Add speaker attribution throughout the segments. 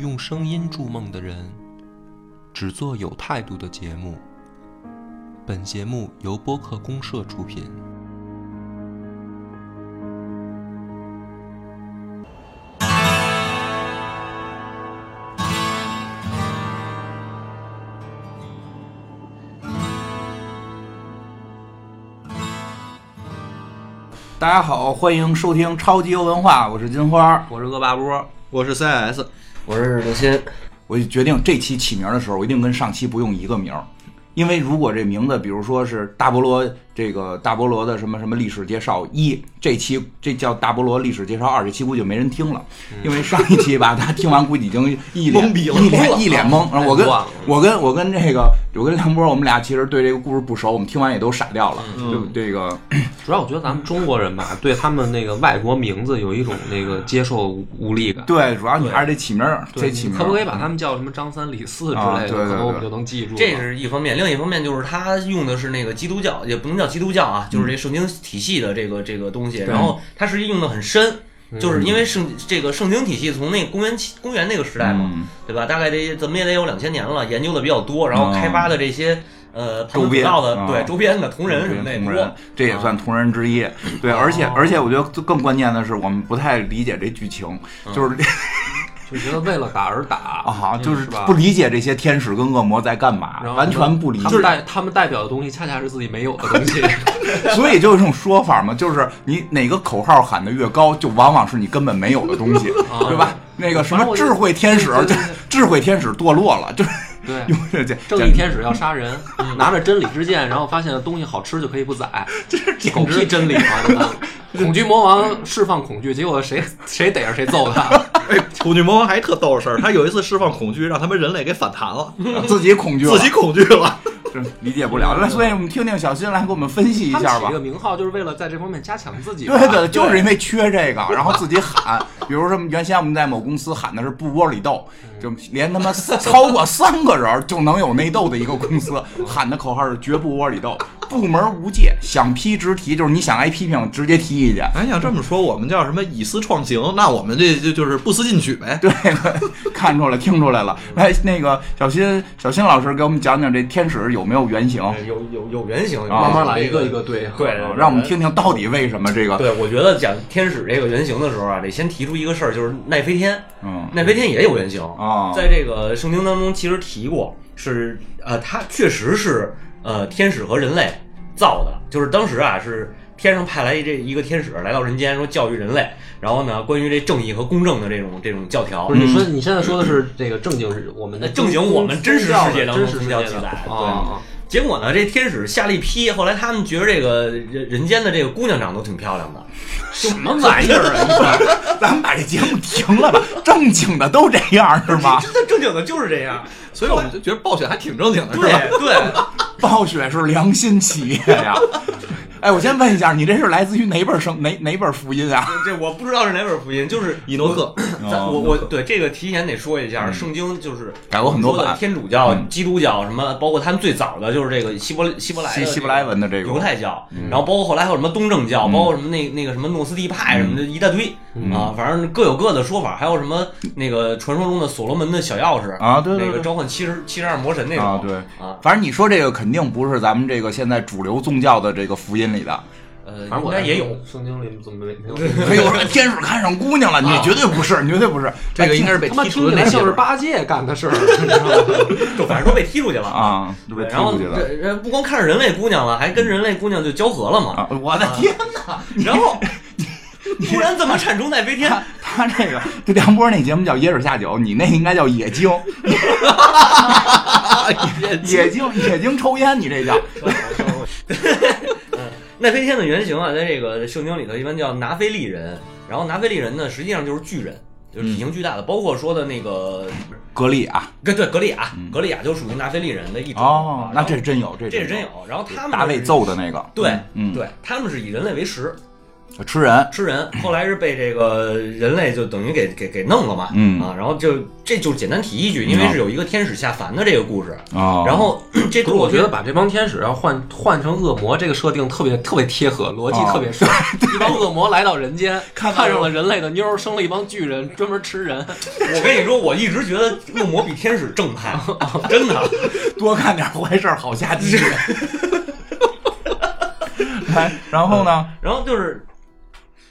Speaker 1: 用声音筑梦的人，只做有态度的节目。本节目由播客公社出品。
Speaker 2: 大家好，欢迎收听超级游文化，我是金花。
Speaker 1: 我是恶霸波，
Speaker 3: 我是 CIS，
Speaker 4: 我是刘鑫，
Speaker 2: 我就决定这期起名的时候，我一定跟上期不用一个名儿，因为如果这名字，比如说是大菠萝这个大菠萝的什么什么历史介绍一，这期这叫大菠萝历史介绍二，这期估计就没人听了，
Speaker 1: 嗯
Speaker 2: 因为上一期吧，大家听完估计已经一脸
Speaker 3: 懵逼了
Speaker 2: 一脸一脸懵。然后我跟
Speaker 1: 哎忘了
Speaker 2: 我跟我跟这个我跟梁波，我们俩其实对这个故事不熟，我们听完也都傻掉了，
Speaker 1: 嗯
Speaker 2: 对不这个
Speaker 1: 主要我觉得咱们中国人 吧，对他们那个外国名字有一种那个接受无力感。
Speaker 2: 对，主要你还是得起名儿，
Speaker 1: 对，
Speaker 2: 得
Speaker 1: 你
Speaker 2: 起名儿。
Speaker 1: 可不可以把他们叫什么张三李四之
Speaker 2: 啊
Speaker 1: 类的？
Speaker 2: 对对
Speaker 1: 可能我
Speaker 2: 对
Speaker 1: 们就能记住了。
Speaker 4: 这是一方面，另一方面就是他用的是那个基督教，也不能叫基督教啊，就是
Speaker 2: 嗯
Speaker 4: 这圣经体系的这个这个东西。然后他实际用的很深，
Speaker 2: 嗯
Speaker 4: 就是因为圣这个圣经体系从那个公元起公元那个时代嘛，
Speaker 2: 嗯
Speaker 4: 对吧？大概得怎么也得有两千年了，研究的比较多，然后开发的这些呃
Speaker 2: 哦周
Speaker 4: 旁门
Speaker 2: 边
Speaker 4: 左道的
Speaker 2: 啊
Speaker 4: 对周边的同人什么的也
Speaker 2: 同
Speaker 4: 多
Speaker 2: 人，这也
Speaker 1: 啊
Speaker 2: 算同人 之一。对，而且
Speaker 1: 哦
Speaker 2: 而且我觉得更关键的是，我们不太理解这剧情，
Speaker 1: 嗯
Speaker 2: 就是 这
Speaker 1: 就觉得为了打而打
Speaker 2: 啊，就是
Speaker 1: 嗯是吧
Speaker 2: 不理解这些天使跟恶魔在干嘛
Speaker 1: 然，后
Speaker 2: 完全不理
Speaker 1: 他们
Speaker 2: 解。
Speaker 1: 代他们代表的东西，恰恰是自己没有的东西。
Speaker 2: 所以就有一种说法嘛，就是你哪个口号喊得越高，就往往是你根本没有的东西，对吧？那个什
Speaker 1: 啊反正
Speaker 2: 么
Speaker 1: 我就
Speaker 2: 智慧天使
Speaker 1: 对对，
Speaker 2: 就
Speaker 1: 对
Speaker 2: 智慧天使堕落了，就是
Speaker 1: 对，
Speaker 2: 用这这
Speaker 1: 正义天使要杀人，拿着真理之剑，然后发现东西好吃就可以不宰，
Speaker 2: 这是简
Speaker 1: 狗屁
Speaker 2: 直
Speaker 1: 真理嘛！对吧恐惧魔王释放恐惧，结果谁谁逮着谁揍他。
Speaker 3: 恐惧魔王还特逗事儿，他有一次释放恐惧，让他们人类给反弹了，
Speaker 2: 自己恐惧了，
Speaker 3: 自己恐惧了。
Speaker 2: 这理解不
Speaker 1: 嗯
Speaker 2: 了。那所以我们听听小新来给我们分析一
Speaker 1: 他们
Speaker 2: 下
Speaker 1: 起
Speaker 2: 吧
Speaker 1: 这个。名号就是为了在这方面加强自己吧。
Speaker 2: 对对，就是因为缺这个，然后自己喊，比如说原先我们在某公司喊的是不窝里斗，就连他妈四超过三个人就能有内斗的一个公司喊的口号是绝不窝里斗，部门无界，想批直提，就是你想挨批评直接提意见。
Speaker 3: 哎，要这么说，我们叫什么以思创新？那我们这就就是不思进取呗。
Speaker 2: 对，看出来，听出来了。来，那个小新，小新老师给我们讲讲这天使有没有原型？
Speaker 4: 有有有原型，
Speaker 2: 啊
Speaker 1: 慢慢来，一哦个一个对。
Speaker 4: 对对，对
Speaker 2: 让我们听听到底为什么这个，
Speaker 4: 对，我觉得讲天使这个原型的时候啊，得先提出一个事儿，就是奈飞天。
Speaker 2: 嗯
Speaker 4: 奈飞天也有原型
Speaker 2: 啊
Speaker 4: 在这个圣经当中其实提过，是呃，他确实是呃天使和人类造的，就是当时啊是天上派来这一个天使来到人间，说教育人类，然后呢，关于这正义和公正的这种这种教
Speaker 5: 嗯
Speaker 4: 条
Speaker 1: 不。是你说你现在说的是这个正经日，我们的
Speaker 4: 正经我们真实世界当中
Speaker 1: 真实世
Speaker 4: 宗
Speaker 1: 界
Speaker 4: 教
Speaker 1: 的
Speaker 4: 记载对
Speaker 1: 啊，
Speaker 4: 结果呢，这天使下了一批，后来他们觉得这个人人间的这个姑娘长得都挺漂亮的，
Speaker 1: 什么玩意儿啊！
Speaker 2: 咱们把这节目停了吧，正经的都这样是吗？
Speaker 4: 真的正经的就是这样。
Speaker 3: 所以我们就觉得暴雪还挺正经的，是吧？
Speaker 4: 对对，
Speaker 2: 暴雪是良心企业呀。 哎，我先问一下，你这是来自于哪本圣哪哪本福音啊？
Speaker 4: 这我不知道是哪本福音，就是
Speaker 3: 伊诺克，
Speaker 2: 嗯
Speaker 4: 咱
Speaker 2: 哦
Speaker 4: 我我对这个提前得说一下，圣经就是
Speaker 2: 改过很多
Speaker 4: 我们说的
Speaker 2: 版
Speaker 4: 天主教、
Speaker 2: 嗯
Speaker 4: 基督教什么，包括他们最早的就是这个希伯希伯来的
Speaker 2: 希
Speaker 4: 这个
Speaker 2: 希伯来文的这个嗯
Speaker 4: 犹太教，然后包括后来还有什么东正教，包括什么那那个什么诺斯替派什么
Speaker 2: 嗯
Speaker 4: 的一大堆啊，反正各有各的说法，还有什么那个传说中的所罗门的小钥匙
Speaker 2: 啊对对
Speaker 4: 那个
Speaker 2: 对
Speaker 4: 召唤七十七十二魔神那种
Speaker 2: 啊，对
Speaker 4: 啊，
Speaker 2: 反正你说这个肯定不是咱们这个现在主流宗教的这个福音里的。
Speaker 4: 呃，
Speaker 1: 反正
Speaker 4: 应
Speaker 1: 我
Speaker 4: 该也有。
Speaker 1: 圣经里怎么没没有？
Speaker 2: 所以哎我说天使看上姑娘了，你绝对不是，你绝对不是，
Speaker 3: 这个应该是被
Speaker 1: 他妈
Speaker 3: 踢
Speaker 1: 听
Speaker 3: 出
Speaker 1: 起
Speaker 3: 的
Speaker 1: 来
Speaker 3: 那些
Speaker 1: 像是
Speaker 3: 人。
Speaker 1: 八戒干的事儿，你知道 吗？
Speaker 4: 就反正都被踢出去了。
Speaker 2: 啊，就被踢
Speaker 4: 然后
Speaker 2: 出去了
Speaker 4: 这这不光看着人类姑娘了，还跟人类姑娘就交合了嘛。
Speaker 2: 啊！我的天哪！
Speaker 4: 然后突然怎么产出奈 飞天？
Speaker 2: 他他这个这梁波那节目叫《野史下酒》，你那应该叫野精， 野精野精抽烟，你这叫
Speaker 4: 奈飞天的原型啊，在这个圣经里头一般叫拿非利人，然后拿非利人呢，实际上就是巨人，就是体型巨大的，包括说的那个，
Speaker 2: 格力啊！
Speaker 4: 跟对格利亚，格利亚就属于拿非利人的一种。
Speaker 2: 哦
Speaker 4: 啊，
Speaker 2: 那这是真有，这
Speaker 4: 这是真有。然后他们
Speaker 2: 大卫
Speaker 4: 是
Speaker 2: 揍的那个，
Speaker 4: 对，
Speaker 2: 嗯
Speaker 4: 对，他们是以人类为食，
Speaker 2: 吃人，
Speaker 4: 吃人，后来是被这个人类就等于给给给弄了嘛，
Speaker 2: 嗯
Speaker 4: 啊，然后就这就是简单提一句，因为是有一个天使下凡的这个故事，
Speaker 2: 啊
Speaker 4: 然后这
Speaker 5: 不
Speaker 4: 个
Speaker 5: 是，我觉
Speaker 4: 觉
Speaker 5: 得把这帮天使要换换成恶魔，这个设定特别特别贴合，逻辑特别顺。哦 一帮恶魔来到人间， 看
Speaker 2: 看到
Speaker 5: 上了人类的妞儿，生了一帮巨人，专门吃人。
Speaker 4: 我跟你说，我一直觉得恶魔比天使 正派，真的。
Speaker 2: 多干点坏事儿好下 地狱。来，哎然后呢？
Speaker 4: 然后就是，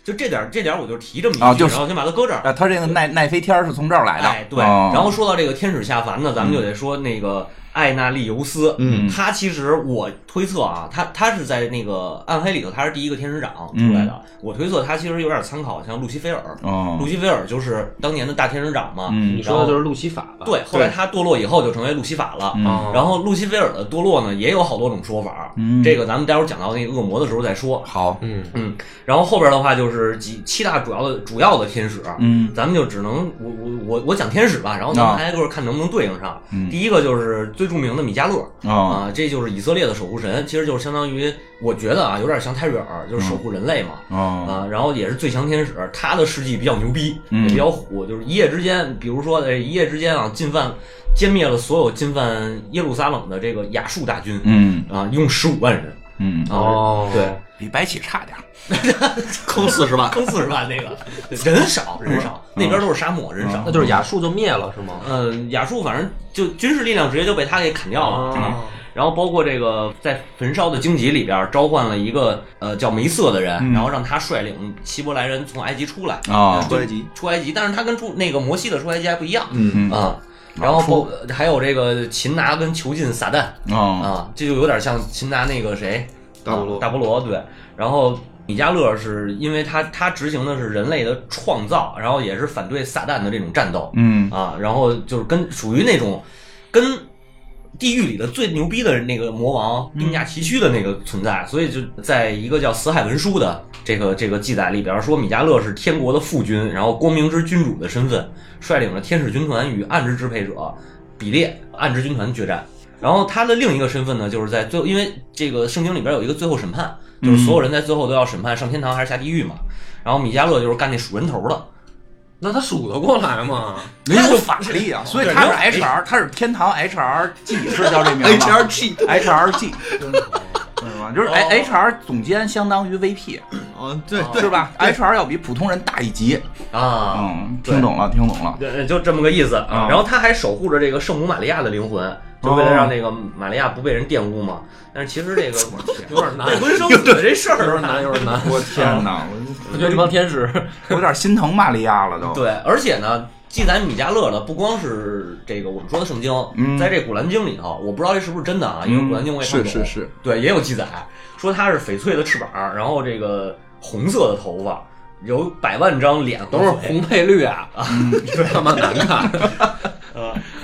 Speaker 4: 就这点儿这点儿我就提这么一句，
Speaker 2: 啊就是
Speaker 4: 然后先把它搁这儿。
Speaker 2: 啊，他这个奈奈飞天儿是从这儿来的。
Speaker 4: 哎，对。
Speaker 2: 哦嗯
Speaker 4: 然后说到这个天使下凡呢，咱们就得说那个艾纳利尤斯。
Speaker 3: 嗯
Speaker 4: 他其实我推测啊，他他是在那个暗黑里头，他是第一个天使长
Speaker 2: 嗯
Speaker 4: 出来的。我推测他其实有点参考像路西菲尔，
Speaker 2: 哦
Speaker 4: 路，西菲尔就是当年的大天使长嘛。
Speaker 2: 嗯
Speaker 5: 你说的就是路西法吧？
Speaker 4: 对，后来他堕落以后就成为路西法了。
Speaker 2: 嗯
Speaker 5: 嗯，
Speaker 4: 然后路西菲尔的堕落呢，也有好多种说法。
Speaker 2: 嗯
Speaker 4: 这个咱们待会儿讲到那个恶魔的时候再说。
Speaker 2: 好，
Speaker 5: 嗯，
Speaker 4: 嗯，然后后边的话就是几七大主要的主要的天使，啊
Speaker 2: 嗯
Speaker 4: 咱们就只能我我我我讲天使吧，然后咱
Speaker 2: 啊
Speaker 4: 们挨个看能不能对应上。
Speaker 2: 嗯
Speaker 4: 第一个就是最著名的米迦勒
Speaker 2: 啊，
Speaker 4: 啊、这就是以色列的守护神，其实就是相当于我觉得啊，有点像泰瑞尔，就是守护人类嘛。
Speaker 2: 哦，
Speaker 4: 啊，然后也是最强天使，他的事迹比较牛逼，
Speaker 2: 嗯
Speaker 4: 也比较虎，就是一夜之间，比如说，哎，一夜之间啊，进犯歼灭了所有进犯耶路撒冷的这个亚述大军，
Speaker 2: 嗯
Speaker 4: 啊，一共十五万人，
Speaker 2: 嗯，
Speaker 4: 啊，
Speaker 5: 哦，
Speaker 4: 对，
Speaker 2: 比白起差点儿。
Speaker 3: 坑四十万，
Speaker 4: 坑四十万那个，人少人少，
Speaker 2: 嗯
Speaker 4: 那边都是沙漠，人少
Speaker 5: 那。就是亚述就灭了是吗？
Speaker 4: 呃，亚述反正就军事力量直接就被他给砍掉了。
Speaker 2: 嗯
Speaker 5: 啊，
Speaker 4: 然后包括这个在焚烧的荆棘里边召唤了一个呃叫梅瑟的人，
Speaker 2: 嗯
Speaker 4: 然后让他率领希伯来人从埃及出来，呃
Speaker 2: 啊，
Speaker 3: 埃及，
Speaker 4: 出埃及。但是他跟出那个摩西的出埃及还不一样啊、
Speaker 3: 嗯，
Speaker 2: 嗯
Speaker 4: 然后包还有这个擒拿跟囚禁撒旦
Speaker 2: 啊，
Speaker 4: 啊，这就有点像擒拿那个谁
Speaker 3: 大菠
Speaker 4: 啊
Speaker 3: 萝，
Speaker 4: 大菠萝对。然后米迦勒是因为他他执行的是人类的创造，然后也是反对撒旦的这种战斗，
Speaker 2: 嗯
Speaker 4: 啊，然后就是跟属于那种跟地狱里的最牛逼的那个魔王并驾齐驱的那个存在，所以就在一个叫《死海文书》的这个这个记载里边说，米迦勒是天国的父君，然后光明之君主的身份，率领着天使军团与暗之支配者比列暗之军团决战。然后他的另一个身份呢，就是在最后，因为这个圣经里边有一个最后审判，就是所有人在最后都要审判上天堂还是下地狱嘛。然后米迦勒就是干那数人头的，
Speaker 5: 那他数得过来吗？
Speaker 2: 没有法力啊，所以他是 HR，他是天堂 HRG，是叫 这名字吗
Speaker 3: HRG
Speaker 2: ？HRG，对吧？
Speaker 3: 哦
Speaker 2: 就是 H HR 总监相当于 VP，
Speaker 3: 嗯，对对
Speaker 2: 是吧？HR 要比普通人大一级。
Speaker 4: 啊
Speaker 2: 嗯，
Speaker 4: 对
Speaker 2: 听懂了，听懂了。
Speaker 4: 对，呃就这么个意思
Speaker 2: 啊
Speaker 4: 然后他还守护着这个圣母玛利亚的灵魂，就为了让这个玛利亚不被人玷污嘛。但是其实这个
Speaker 5: 有点难，
Speaker 4: 未婚生子这事
Speaker 5: 有点
Speaker 4: 儿，
Speaker 5: 难，有点难。
Speaker 2: 我天哪，我
Speaker 5: 我觉得这帮天使，
Speaker 2: 有点心疼玛利亚了都。
Speaker 4: 对，而且呢，记载米迦勒的不光是这个我们说的圣经，
Speaker 2: 嗯
Speaker 4: 在这古兰经里头，我不知道这是不是真的啊，因为古兰经我也看
Speaker 3: 嗯是
Speaker 4: 不懂。
Speaker 3: 是是，
Speaker 4: 对，也有记载说他是翡翠的翅膀，然后这个红色的头发，有百万张脸和
Speaker 5: 等会儿
Speaker 4: 嘴
Speaker 5: 红配绿啊，他妈难看。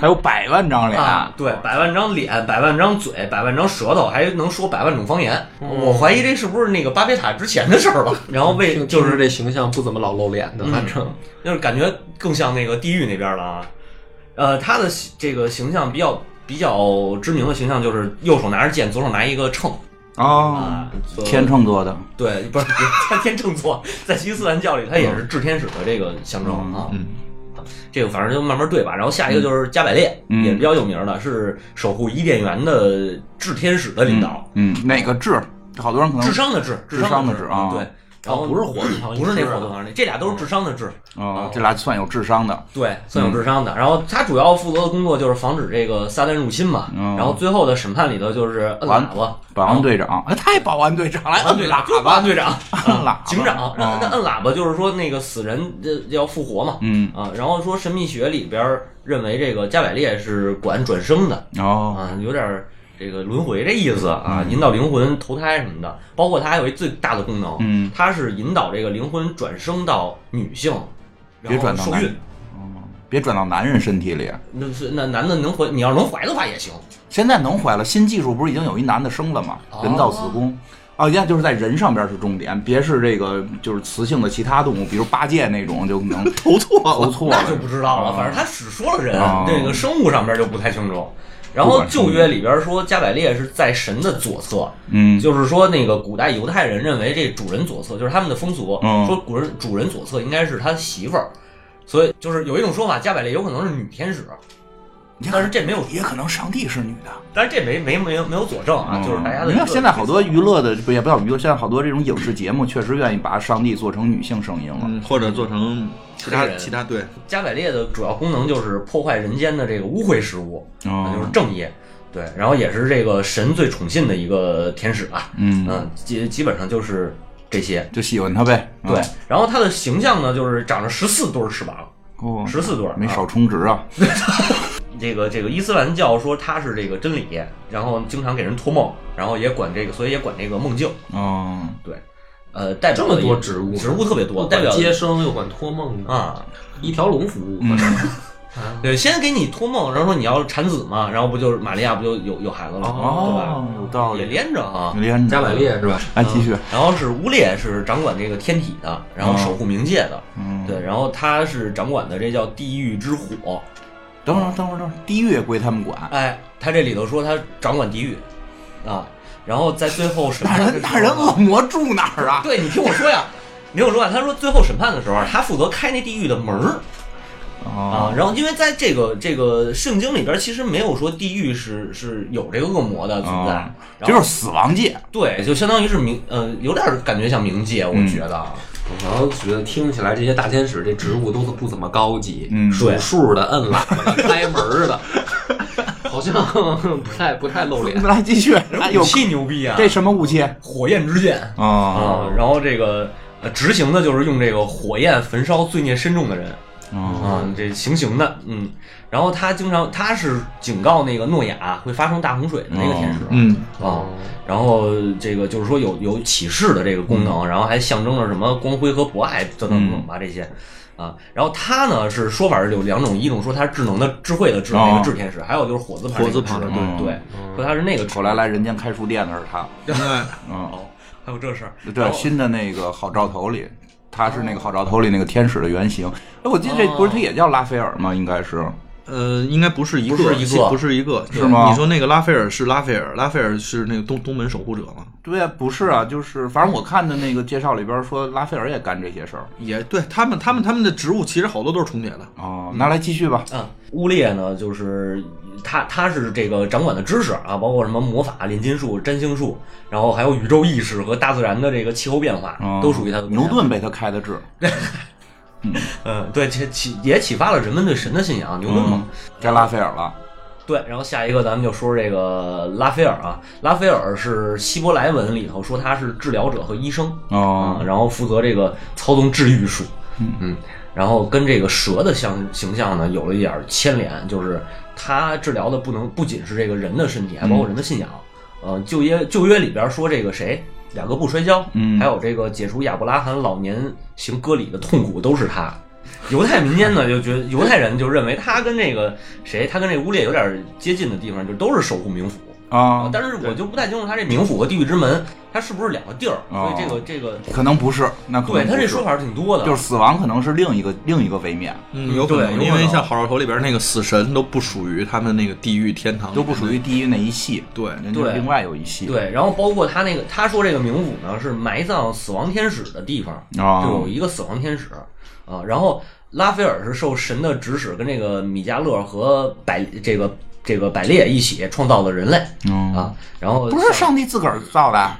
Speaker 2: 还有百万张脸，
Speaker 4: 啊，对，百万张脸，百万张嘴，百万张舌头，还能说百万种方言。我怀疑这是不是那个巴别塔之前的事儿了？然后为
Speaker 5: 听
Speaker 4: 就
Speaker 5: 听着
Speaker 4: 是
Speaker 5: 这形象不怎么老露脸的，
Speaker 4: 嗯
Speaker 5: 反正
Speaker 4: 就是感觉更像那个地狱那边了啊。呃，他的形这个形象比较比较知名的形象就是右手拿着剑，左手拿一个秤
Speaker 2: 啊，
Speaker 4: 啊。呃
Speaker 2: 天秤座的，
Speaker 4: 对， 不是他天秤座，在伊斯兰教里他也是炽天使的这个象征
Speaker 2: 嗯
Speaker 4: 啊。
Speaker 3: 嗯
Speaker 4: 这个反正就慢慢对吧。然后下一个就是加百列，
Speaker 2: 嗯
Speaker 4: 也比较有名的，是守护伊甸园的炽天使的领导。
Speaker 2: 嗯，哪个智？好多人嗯可能
Speaker 4: 智商的智，
Speaker 2: 智
Speaker 4: 商
Speaker 2: 商
Speaker 4: 的
Speaker 2: 的智啊
Speaker 4: 对，然后
Speaker 5: 哦
Speaker 4: 嗯
Speaker 5: 不是火字旁
Speaker 4: 不是那
Speaker 5: 一只啊
Speaker 4: 火字旁那，这俩都是
Speaker 2: 哦
Speaker 4: 智商的智，
Speaker 2: 啊，这俩算有智商的，
Speaker 4: 对，算有智商的。然后他主要负责的工作就是防止这个撒旦入侵嘛。
Speaker 2: 嗯
Speaker 4: 然后最后的审判里头就是摁喇叭，
Speaker 2: 保安队长，哎，太保安队长来
Speaker 4: 然后。
Speaker 2: 摁
Speaker 4: 摁
Speaker 2: 喇
Speaker 4: 喇叭，队长、
Speaker 2: 摁喇叭
Speaker 4: 啊警长，那那
Speaker 2: 嗯
Speaker 4: 摁喇叭就是说那个死人呃要复活嘛。
Speaker 2: 嗯，
Speaker 4: 啊，然后说神秘学里边儿认为这个加百列是管转生的，
Speaker 2: 哦，
Speaker 4: 啊，有点儿这个轮回这意思啊，
Speaker 2: 嗯
Speaker 4: 引导灵魂投胎什么的。包括它还有一最大的功能，
Speaker 2: 嗯，
Speaker 4: 它是引导这个灵魂转生到女性，然
Speaker 2: 别
Speaker 4: 后
Speaker 2: 转到
Speaker 4: 受
Speaker 2: 男
Speaker 4: 孕。
Speaker 2: 别转到男人身体里。
Speaker 4: 那是那男的能怀，你要能怀的话也行。
Speaker 2: 现在能怀了，新技术不是已经有一男的生了吗？
Speaker 4: 哦
Speaker 2: 人造子宫。啊，一样就是在人上边是重点，别是这个就是雌性的其他动物，比如八戒那种就能
Speaker 3: 投错
Speaker 2: 投
Speaker 3: 了，
Speaker 2: 错了，
Speaker 4: 那就不知道了，
Speaker 2: 啊
Speaker 4: 反正他只说了人
Speaker 2: 哦，
Speaker 4: 那个生物上面就不太清楚。然后旧约里边说加百列是在神的左侧，
Speaker 2: 嗯，
Speaker 4: 就是说那个古代犹太人认为这主人左侧就是他们的风俗，
Speaker 2: 嗯
Speaker 4: 说古人主人左侧应该是他媳妇儿，所以就是有一种说法，加百列有可能是女天使，
Speaker 2: 也可
Speaker 4: 但是
Speaker 2: 能
Speaker 4: 这没有，
Speaker 2: 也可能上帝是女的
Speaker 4: 但是这没没没有没有佐证啊，就是大家的
Speaker 2: 嗯你
Speaker 4: 一个
Speaker 2: 看现在好多娱乐的，不也不叫娱乐，现在好多这种影视节目确实愿意把上帝做成女性声音了。
Speaker 3: 嗯，或者做成其他
Speaker 4: 黑人
Speaker 3: 其他对，
Speaker 4: 加百列的主要功能就是破坏人间的这个污秽事物，
Speaker 2: 哦
Speaker 4: 嗯就是正业。对，然后也是这个神最宠信的一个天使吧，
Speaker 2: 嗯
Speaker 4: 基基本上就是这些。
Speaker 2: 就喜欢他呗。嗯
Speaker 4: 对，，然后它的形象呢，就是长着十四对儿翅膀，
Speaker 2: 哦，
Speaker 4: 十四对儿，
Speaker 2: 没
Speaker 4: 啊
Speaker 2: 少充值啊。
Speaker 4: 这个这个伊斯兰教说他是这个真理，然后经常给人托梦，然后也管这个，所以也管这个梦境。
Speaker 2: 哦，
Speaker 4: 对，呃，代
Speaker 5: 这
Speaker 4: 表
Speaker 5: 么多
Speaker 4: 的
Speaker 5: 职务
Speaker 4: 植物特别多，
Speaker 5: 又
Speaker 4: 代
Speaker 5: 管
Speaker 4: 表
Speaker 5: 接生又管托梦的，
Speaker 4: 啊，
Speaker 5: 一条龙服
Speaker 2: 嗯
Speaker 5: 务。
Speaker 4: 对，先给你托梦，然后说你要产子嘛，然后不就是玛利亚不就有有孩子了吗，
Speaker 2: 哦，有
Speaker 4: 对吧
Speaker 2: 道？
Speaker 4: 也
Speaker 2: 理。
Speaker 4: 连着啊。
Speaker 2: 连着
Speaker 5: 加百列是吧？
Speaker 2: 来嗯哎继续。
Speaker 4: 然后是乌列是掌管这个天体的，然后守护冥界的，
Speaker 2: 嗯，
Speaker 4: 对，然后他是掌管的这叫地狱之火，
Speaker 2: 等会儿，等会儿，等会儿，地狱也归他们管。
Speaker 4: 哎，他这里头说他掌管地狱，啊，然后在最后审
Speaker 2: 那
Speaker 4: 判的
Speaker 2: 人那
Speaker 4: 时候
Speaker 2: 人
Speaker 4: 呢
Speaker 2: 恶魔住哪儿啊？
Speaker 4: 对你听我 说呀，你听我说啊呀，他说最后审判的时候，啊他负责开那地狱的门儿啊
Speaker 2: 哦，。
Speaker 4: 然后因为在这个这个圣经里边，其实没有说地狱是是有这个恶魔的存在，
Speaker 2: 哦
Speaker 4: 然
Speaker 2: 就
Speaker 4: 后
Speaker 2: 是死亡 界，
Speaker 4: 对，就相当于是冥呃，有点感觉像冥界，
Speaker 2: 嗯
Speaker 4: 我觉得啊。
Speaker 5: 我好像觉得听起来这些大天使这职务都不怎么高级，
Speaker 2: 嗯
Speaker 5: 数数的、摁喇叭的、开门儿 的，好像不太不太露脸。
Speaker 2: 来继续。哎
Speaker 4: 武
Speaker 2: 有
Speaker 4: 器牛逼啊！
Speaker 2: 这什么武器？
Speaker 4: 火焰之剑
Speaker 2: 啊
Speaker 4: 啊，然后这个呃执行的就是用这个火焰焚烧罪孽深重的人
Speaker 2: 啊
Speaker 4: 啊，这行刑的，嗯，然后他经常他是警告那个诺亚会发生大洪水的那个天使，
Speaker 3: 嗯，
Speaker 4: 啊，然后这个就是说有有启示的这个
Speaker 2: 嗯
Speaker 4: 功能，然后还象征着什么光辉和博爱等等等等吧这些。
Speaker 2: 嗯
Speaker 4: 啊，然后它呢是说法是有两种，一种说它是智能的、智慧的智、
Speaker 2: 哦
Speaker 4: 那个智天使，还有就是火字旁
Speaker 3: 火字
Speaker 4: 那
Speaker 3: 旁
Speaker 4: 个智
Speaker 2: 嗯
Speaker 4: 对对，说它是那个智
Speaker 2: 后来来人间开书店的是他。嗯，
Speaker 4: 哦，还有这事儿，然
Speaker 2: 对，
Speaker 4: 后
Speaker 2: 新的那个好兆头里，他是那个好兆头里那个天使的原型。哎，我记得这不是他也叫拉斐尔吗？应该是。
Speaker 3: 呃，应该不是一个，
Speaker 4: 不是一个
Speaker 3: 不是一个，
Speaker 2: 是吗
Speaker 3: 你说那个拉斐尔是拉斐尔，拉斐尔是那个东东门守护者嘛？
Speaker 2: 对啊，不是啊，就是反正我看的那个介绍里边说拉斐尔也干这些事儿。
Speaker 3: 也对他们，他们他们的职务其实好多都是重叠的。
Speaker 2: 哦，那来继续吧。
Speaker 4: 啊，乌列呢，就是他他是这个掌管的知识啊，包括什么魔法、炼金术、占星术，然后还有宇宙意识和大自然的这个气候变化，
Speaker 2: 哦
Speaker 4: 都属于他的管辖
Speaker 2: 牛。顿被他开的智，
Speaker 4: 嗯，对，这启也启发了人们对神的信仰，牛顿嘛。
Speaker 2: 嗯，该拉斐尔了。
Speaker 4: 对，然后下一个咱们就说这个拉斐尔啊，拉斐尔是希伯来文里头说他是治疗者和医生啊、
Speaker 2: 哦，
Speaker 4: 然后负责这个操纵治愈术，嗯，然后跟这个蛇的相形象呢有了一点儿牵连，就是他治疗的不能不仅是这个人的身体，还包
Speaker 2: 嗯
Speaker 4: 括人的信仰。呃，旧约旧约里边说这个谁雅各布摔跤，
Speaker 2: 嗯
Speaker 4: 还有这个解除亚伯拉罕老年行割礼的痛苦都是他。犹太民间呢就觉得犹太人就认为他跟这个谁，他跟这乌列有点接近的地方，就都是守护冥府。
Speaker 2: 啊，
Speaker 4: 哦但是我就不太清楚他这冥府和地狱之门，它是不是两个地儿？所以这个
Speaker 2: 哦
Speaker 4: 这个，
Speaker 2: 可能不是，那可能
Speaker 4: 对他
Speaker 2: 不
Speaker 4: 这
Speaker 2: 是
Speaker 4: 说法挺多的，
Speaker 2: 就是死亡可能是另一个另一个位面，
Speaker 3: 嗯，有可
Speaker 4: 对有
Speaker 3: 能，
Speaker 4: 可
Speaker 3: 因为
Speaker 4: 能
Speaker 3: 像好兆头里边那个死神都不属于他们那个地狱、天堂，
Speaker 2: 都不属于第一那一系，
Speaker 3: 对。
Speaker 2: 人家
Speaker 4: 对
Speaker 2: 另外有一系。
Speaker 4: 对，然后包括他那个，他说这个冥府呢是埋葬死亡天使的地方，
Speaker 2: 啊，
Speaker 4: 就有一个死亡天使啊。然后拉斐尔是受神的指使，跟这个米迦勒和百这个这个百列一起创造了人类
Speaker 2: 嗯
Speaker 4: 啊。然后
Speaker 2: 不是上帝自个儿造的，啊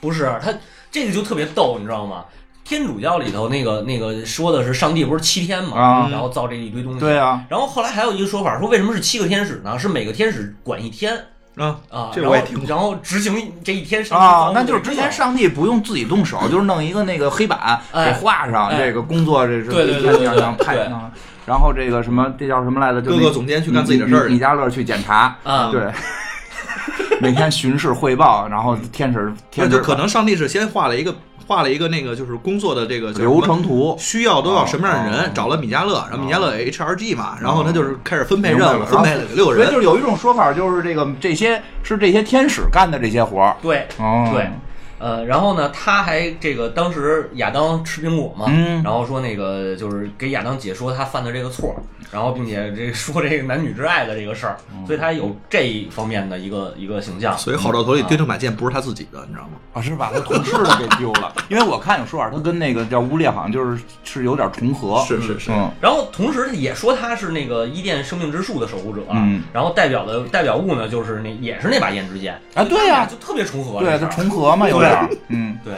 Speaker 4: 不是他这个就特别逗，你知道吗？天主教里头那个那个说的是上帝不是七天嘛，
Speaker 2: 啊
Speaker 4: 然后造这一堆东西。
Speaker 2: 对啊，
Speaker 4: 然后后来还有一个说法，说为什么是七个天使呢？是每个天使管一天
Speaker 3: 啊，
Speaker 4: 啊，
Speaker 3: 这
Speaker 4: 然
Speaker 3: 我也
Speaker 4: 后
Speaker 3: 听过
Speaker 4: 然后执行这一天上帝造
Speaker 2: 啊
Speaker 4: 物，
Speaker 2: 那
Speaker 4: 的
Speaker 2: 就是之
Speaker 4: 这个
Speaker 2: 前上帝不用自己动手，就是弄一个那个黑板
Speaker 4: 嗯哎
Speaker 2: 给画上，
Speaker 4: 哎
Speaker 2: 这个工作这是
Speaker 4: 对对对对
Speaker 2: 一天两
Speaker 4: 对
Speaker 2: 派啊。然后这个什么，这叫什么来着？就
Speaker 3: 各
Speaker 2: 那
Speaker 3: 个总监去干自己的事儿
Speaker 2: 米
Speaker 3: 去。
Speaker 2: 迦勒去检查
Speaker 4: 啊
Speaker 2: 对， 每天巡视汇报，然后天使
Speaker 3: 那
Speaker 2: 天使
Speaker 3: 就可能上帝是先画了一个画了一个那个就是工作的这个叫什么
Speaker 2: 流程图。
Speaker 3: 需要都要什么样的
Speaker 2: 哦
Speaker 3: 人，找了米迦勒，然后米迦勒 HRG 嘛，然后他就是开始分配
Speaker 2: 明白
Speaker 3: 任务，
Speaker 2: 了啊
Speaker 3: 分配了六个
Speaker 2: 所以就
Speaker 3: 人。
Speaker 2: 是有一种说法，就是这个这些是这些天使干的这些活儿。
Speaker 4: 对
Speaker 2: 哦
Speaker 4: 对，呃，然后呢，他还这个当时亚当吃苹果嘛，
Speaker 2: 嗯
Speaker 4: 然后说那个就是给亚当解说他犯的这个错，然后并且这个说这个男女之爱的这个事儿，
Speaker 2: 哦
Speaker 4: 所以他有这一方面的一个一个形象。啊
Speaker 3: 所以郝兆头里钉钉买剑不是他自己的，你知道吗？
Speaker 2: 啊，是 把他同事的给丢 了，因为我看有说法，他跟那个叫乌烈好像就是是有点重合，
Speaker 3: 是是是，
Speaker 2: 嗯，
Speaker 4: 然后同时也说他是那个伊甸生命之树的守护者，啊
Speaker 2: 嗯
Speaker 4: 然后代表的代表物呢就是那也是那把胭脂剑
Speaker 2: 啊对呀
Speaker 4: 他们俩就特别重合，
Speaker 2: 对，
Speaker 4: 这
Speaker 2: 他
Speaker 4: 事儿
Speaker 2: 重合嘛，有点儿，嗯，
Speaker 4: 对。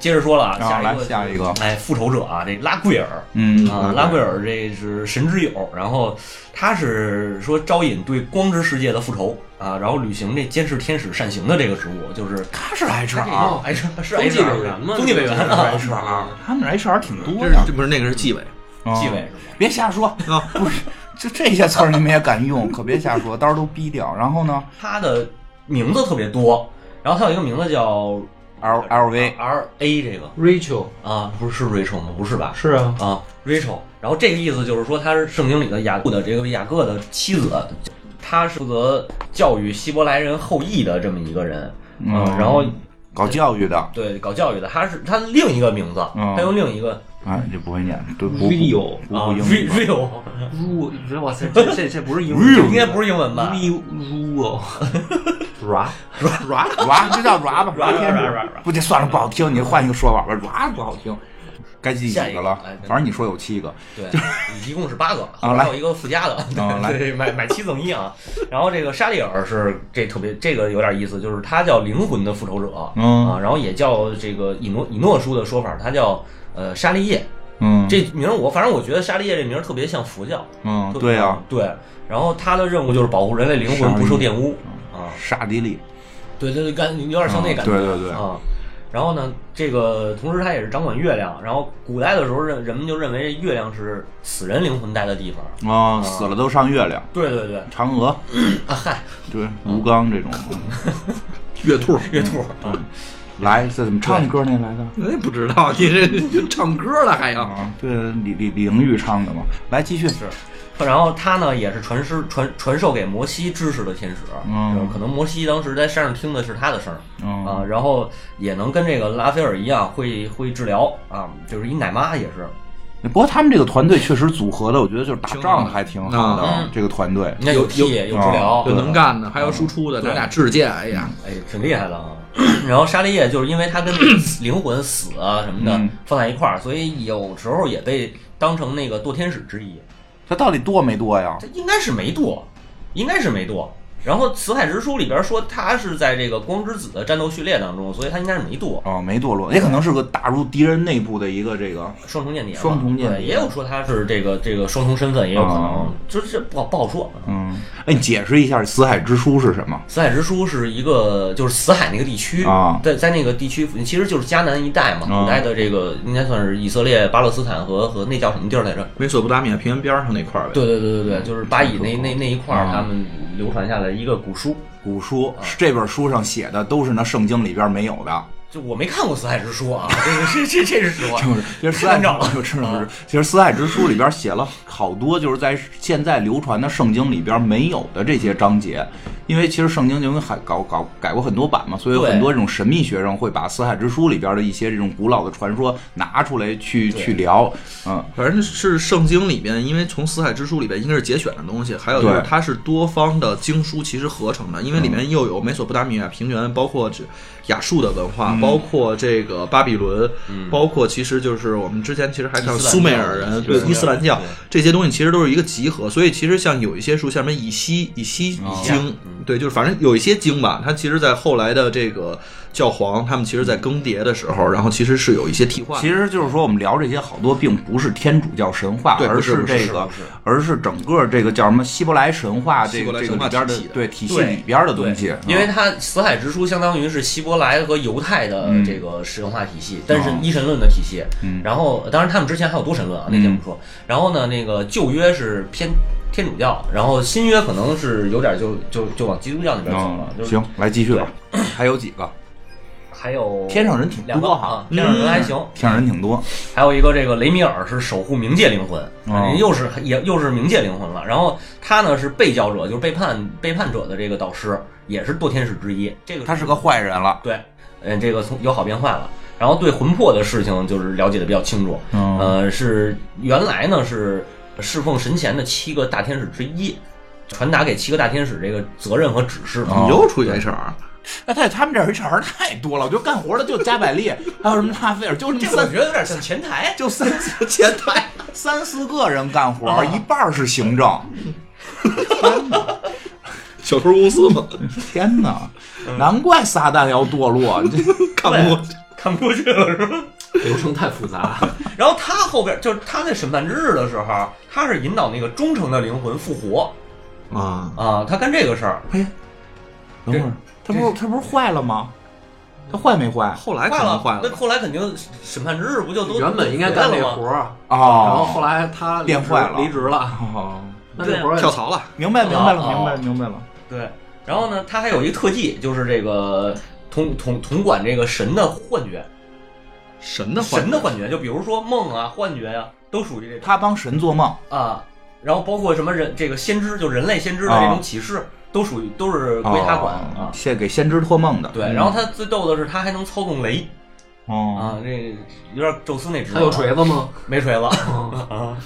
Speaker 4: 接着说了，啊
Speaker 2: 然后
Speaker 4: 下一
Speaker 2: 来
Speaker 4: 个
Speaker 2: 下一个，
Speaker 4: 哎，复仇者啊，这拉贵尔，
Speaker 2: 嗯
Speaker 4: 啊，拉贵尔这是神之友，然后他是说招引对光之世界的复仇啊，然后履行这监视天使善行的这个职务，就是
Speaker 2: 他是 HR，
Speaker 5: 哦
Speaker 4: 哎 是是
Speaker 5: 中纪
Speaker 4: HR
Speaker 5: 委员嘛，
Speaker 4: 中纪委员啊，
Speaker 5: 是啊，
Speaker 2: 他们 HR 挺多
Speaker 3: 这
Speaker 2: 的
Speaker 3: 是，这不是那个是纪委，
Speaker 2: 嗯
Speaker 4: 纪委是啊吧？
Speaker 5: 哦
Speaker 2: 别瞎说，不是，就这些词儿你们也敢用，可别瞎说，到时候都逼掉。然后呢
Speaker 4: 他的名字特别多，然后他有一个名字叫啊
Speaker 2: ，L L V，
Speaker 4: R A 这个
Speaker 5: Rachel
Speaker 4: 啊，不是是 Rachel 吗？不是吧？
Speaker 5: 是啊，
Speaker 4: 啊，Rachel，然后这个意思就是说他是圣经里的雅各的这个雅各的妻子，他是负责教育希伯来人后裔的这么一个人，
Speaker 2: 嗯
Speaker 5: 哦
Speaker 4: 啊然后
Speaker 2: 搞教育的，
Speaker 4: 对，搞教育的，他是他另一个名字，
Speaker 2: 嗯
Speaker 4: 他用另一个
Speaker 2: 哎，这不会念，对，不
Speaker 5: Real
Speaker 2: 不
Speaker 4: 啊
Speaker 2: 不英
Speaker 4: v
Speaker 2: 语
Speaker 4: i v o
Speaker 5: 如这哇塞，这这这不是英文，
Speaker 4: 应该不是英文吧
Speaker 5: 如如哦，ra
Speaker 2: ，ra 就叫 ra 吧，ra 天使，不，这算了，不好听，你换一个说法吧，ra 不好听。该记几个了
Speaker 4: 下一个哎？
Speaker 2: 反正你说有七个，
Speaker 4: 对，一共是八个，
Speaker 2: 啊来
Speaker 4: 还有一个附加的，
Speaker 2: 啊来
Speaker 4: 对对，买买七赠一啊。然后这个沙利尔是这特别这个有点意思，就是他叫灵魂的复仇者，
Speaker 2: 嗯
Speaker 4: 啊，然后也叫这个以诺以诺书的说法，他叫呃沙利叶。
Speaker 2: 嗯，
Speaker 4: 这名儿我反正我觉得沙利叶这名儿特别像佛教，
Speaker 2: 嗯，
Speaker 4: 特别
Speaker 2: 对呀，
Speaker 4: 对。然后他的任务就是保护人类灵魂不受玷污啊，
Speaker 2: 沙迪利，
Speaker 4: 对对对，感有点像那感
Speaker 2: 嗯
Speaker 4: 觉，
Speaker 2: 嗯对对对
Speaker 4: 啊。然后呢，这个同时它也是掌管月亮。然后古代的时候，人人们就认为这月亮是死人灵魂待的地方。
Speaker 2: 啊，死了都上月亮，
Speaker 4: 对对对，
Speaker 2: 嫦 娥，
Speaker 4: 啊嗨，
Speaker 2: 对，吴刚这种，
Speaker 3: 月兔，
Speaker 4: 月兔啊，
Speaker 2: 来，这怎么唱你歌那来的？
Speaker 3: 那哎不知道你这唱歌了还要
Speaker 2: 啊，对，李李玲玉唱的嘛。来，继续，是，
Speaker 4: 然后他呢也是传师传传授给摩西知识的天使。
Speaker 2: 嗯
Speaker 4: 就是可能摩西当时在山上听的是他的声儿、
Speaker 2: 嗯
Speaker 4: 啊，然后也能跟这个拉斐尔一样会会治疗啊，就是一奶妈也是。
Speaker 2: 不过他们这个团队确实组合的，我觉得就是打仗的还挺好的。啊
Speaker 4: 嗯
Speaker 2: 这个团队，
Speaker 4: 你看有啊替有治
Speaker 2: 啊
Speaker 4: 疗，
Speaker 3: 有能干的，还有输出的，咱俩制剑，哎呀，
Speaker 2: 嗯
Speaker 4: 哎，挺厉害的啊。然后沙利叶就是因为他跟那个死灵魂死啊什么
Speaker 2: 嗯
Speaker 4: 的放在一块儿，所以有时候也被当成那个堕天使之一。
Speaker 2: 他到底多没多呀
Speaker 4: 他？应该是没堕，应该是没堕。然后《辞海之书》里边说他是在这个光之子的战斗序列当中，所以他应该是没堕。
Speaker 2: 哦，没堕落，也可能是个打入敌人内部的一个这个，
Speaker 4: 双重间谍嘛，
Speaker 2: 双重间谍
Speaker 4: 对也有说他是这个这个双重身份，也有可
Speaker 2: 哦
Speaker 4: 能，就是这不好不好说。啊
Speaker 2: 嗯，哎，你解释一下《死海之书》是什么？
Speaker 4: 死海之书是一个，就是死海那个地区
Speaker 2: 啊
Speaker 4: 在在那个地区附近，其实就是迦南一带嘛，
Speaker 2: 啊
Speaker 4: 古代的这个应该算是以色列、巴勒斯坦和和那叫什么地儿来着？
Speaker 3: 美索不达米亚平原边上那块儿呗。
Speaker 4: 对对对对对，就是巴以那那那一块儿，
Speaker 2: 啊
Speaker 4: 他们流传下来一个古书。
Speaker 2: 古书这本书上写的都是那圣经里边没有的，
Speaker 4: 就我没看过死海之书啊，这个这这这是实话。
Speaker 2: 就是其实《死海
Speaker 4: 看着了
Speaker 2: 就真的是，其实《死海之书》里边写了好多，就是在现在流传的圣经里边没有的这些章节，因为其实圣经就跟海搞搞改过很多版嘛，所以有
Speaker 4: 对
Speaker 2: 很多这种神秘学生会把《死海之书》里边的一些这种古老的传说拿出来去去聊，嗯，
Speaker 3: 反正是圣经里边，因为从四海之书里边应该是节选的东西，还有就
Speaker 2: 对
Speaker 3: 是它是多方的经书其实合成的，
Speaker 4: 嗯
Speaker 3: 因为里面又有美索不达米亚平原，包括这亚述的文化，
Speaker 4: 嗯
Speaker 3: 包括这个巴比伦，包括其实就是我们之前其实还看
Speaker 4: 伊斯兰教
Speaker 3: 苏美尔人对
Speaker 4: 对
Speaker 3: 伊斯兰教
Speaker 4: 对
Speaker 3: 这些东西，其实都是一个集合。所以其实像有一些书，像什么以西以西
Speaker 4: 哦
Speaker 3: 以经，
Speaker 4: 嗯
Speaker 3: 对，就是反正有一些经吧，它其实在后来的这个教皇他们其实在更迭的时候，然后其实是有一些替换的。
Speaker 2: 其实就是说，我们聊这些好多并不是天主教神话，
Speaker 3: 对
Speaker 2: 而
Speaker 3: 不是不是
Speaker 2: 这个，而是整个这个叫什么希伯来神话这
Speaker 3: 希伯
Speaker 2: 个
Speaker 3: 来
Speaker 2: 这个
Speaker 3: 神
Speaker 2: 里
Speaker 3: 话
Speaker 2: 边的
Speaker 3: 体系的
Speaker 2: 对体系
Speaker 4: 对
Speaker 2: 里边的东西啊
Speaker 4: 对，因为它死海之书相当于是希伯来和犹太的
Speaker 2: 嗯
Speaker 4: 这个神话体系，但
Speaker 2: 哦
Speaker 4: 是一神论的体系。然后当然他们之前还有多神论啊，
Speaker 2: 嗯
Speaker 4: 那天不说。然后呢，那个旧约是偏天主教，然后新约可能是有点就就就往基督教那边走了。
Speaker 2: 嗯，
Speaker 4: 就是
Speaker 2: 行，来继续吧，还有几个。
Speaker 4: 还有
Speaker 2: 天上人挺多
Speaker 4: 两个啊，天上人还行。
Speaker 2: 天上人挺多，
Speaker 4: 还有一个这个雷米尔是守护冥界灵魂，
Speaker 2: 哦
Speaker 4: 又是也又是冥界灵魂了。然后他呢是被教者，就是背叛背叛者的这个导师，也是堕天使之一。这个
Speaker 5: 啊
Speaker 2: 他是个坏人了。
Speaker 4: 对，嗯，这个从由好变坏了。然后对魂魄的事情就是了解的比较清楚，
Speaker 5: 哦
Speaker 2: 嗯
Speaker 4: 呃，是原来呢是侍奉神前的七个大天使之一，传达给七个大天使这个责任和指示嘛。
Speaker 2: 哦
Speaker 3: 你又出 HR，
Speaker 2: 那在他们这儿 HR 太多了，我觉得干活的就加百列，还有什么拉斐尔，就那么
Speaker 4: 这我
Speaker 2: 三
Speaker 4: 觉得有点像前台，
Speaker 2: 就三
Speaker 3: 前台
Speaker 2: 三四个人干
Speaker 4: 啊
Speaker 2: 活，一半儿是行政。
Speaker 3: 小偷公司嘛，
Speaker 2: 天哪，
Speaker 4: 嗯
Speaker 2: 难怪撒旦要堕落。 这
Speaker 3: 看不过去。
Speaker 4: 看不过去了是吧？
Speaker 5: 流程太 复杂，
Speaker 4: 然后他后边就是他在审判之日的时候，他是引导那个忠诚的灵魂复活
Speaker 3: 啊，
Speaker 4: 啊，他干这个事儿。
Speaker 2: 等会儿，他不是他不是坏了吗？他坏没坏？啊
Speaker 3: 后来可
Speaker 4: 坏
Speaker 3: 能
Speaker 4: 了，
Speaker 3: 坏
Speaker 4: 那后来肯定审判之日不就都
Speaker 5: 原本应该干这活儿，然后
Speaker 2: 哦，
Speaker 5: 后来他离职
Speaker 2: 变坏了
Speaker 5: 离职了，
Speaker 2: 哦，
Speaker 5: 那
Speaker 4: 啊
Speaker 5: 这活儿
Speaker 3: 跳槽了，
Speaker 2: 明白明白了，
Speaker 4: 哦
Speaker 2: 明白了明白了。
Speaker 4: 对，然后呢，他还有一特技，就是这个统统统管这个神的幻觉，
Speaker 3: 神的坏
Speaker 4: 神的幻觉，就比如说梦啊、幻觉呀、都属于这
Speaker 2: 他帮神做梦，
Speaker 4: 种啊。然后包括什么人这个先知，就人类先知的这种启示，都属于都是归他管
Speaker 2: 哦
Speaker 4: 啊。
Speaker 2: 先给先知托梦的。
Speaker 4: 对，然后他最逗的是他还能操纵雷
Speaker 2: 嗯哦，
Speaker 4: 啊，这有点宙斯那职。
Speaker 5: 他有锤子吗？
Speaker 4: 没锤子啊，
Speaker 2: 嗯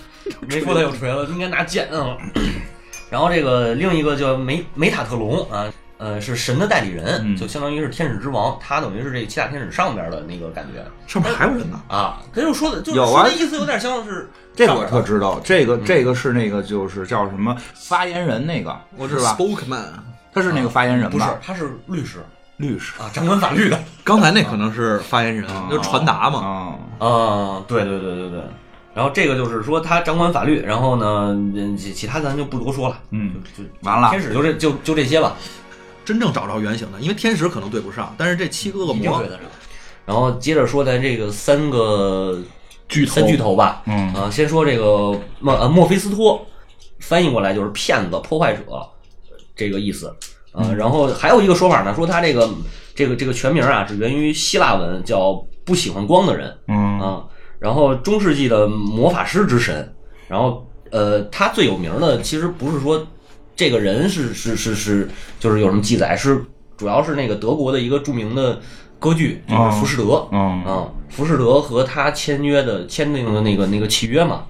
Speaker 4: 没说他有锤子，应该拿剑啊。 然后这个另一个叫梅梅塔特隆啊，呃，是神的代理人，
Speaker 2: 嗯
Speaker 4: 就相当于是天使之王，他等于是这七大天使上边的那个感觉
Speaker 3: 上面还有人呢，
Speaker 4: 啊。他就说的，就是
Speaker 2: 有
Speaker 4: 说
Speaker 2: 啊
Speaker 4: 的意思有点像是
Speaker 2: 这个我特知道，这
Speaker 4: 嗯
Speaker 2: 个这个是那个就是叫什么发言人那个，
Speaker 3: 我
Speaker 2: 是吧？
Speaker 3: ？Spokesman，
Speaker 2: 他是那个发言人吧？
Speaker 4: 嗯不是，他是律师
Speaker 2: 律师
Speaker 4: 啊，掌管法律的。
Speaker 3: 刚才那可能是发言人，就传达
Speaker 4: 嗯
Speaker 3: 嘛。
Speaker 2: 啊，
Speaker 4: 啊，对对对对对。然后这个就是说他掌管法律，然后呢，嗯其其他咱就不多说了，
Speaker 2: 嗯，
Speaker 4: 就
Speaker 2: 完了
Speaker 4: 天使就这就就这些吧。
Speaker 3: 真正找着原型的，因为天使可能对不上，但是这七个恶
Speaker 4: 一定
Speaker 3: 魔
Speaker 4: 对得上。然后接着说咱这个三个
Speaker 3: 巨
Speaker 4: 三巨头吧，
Speaker 2: 嗯
Speaker 4: 啊，先说这个莫呃墨菲斯托，翻译过来就是骗子、破坏者这个意思啊。然后还有一个说法呢，说他这个这个这个全名啊，只源于希腊文，叫不喜欢光的人
Speaker 2: 嗯
Speaker 4: 啊。然后中世纪的魔法师之神，然后呃，他最有名的其实不是说这个人是是是是，就是有什么记载，是主要是那个德国的一个著名的歌剧，就
Speaker 2: 哦
Speaker 4: 是《浮士德》
Speaker 2: 嗯
Speaker 4: 啊，浮士德和他签约的签订的那个那个契约嘛。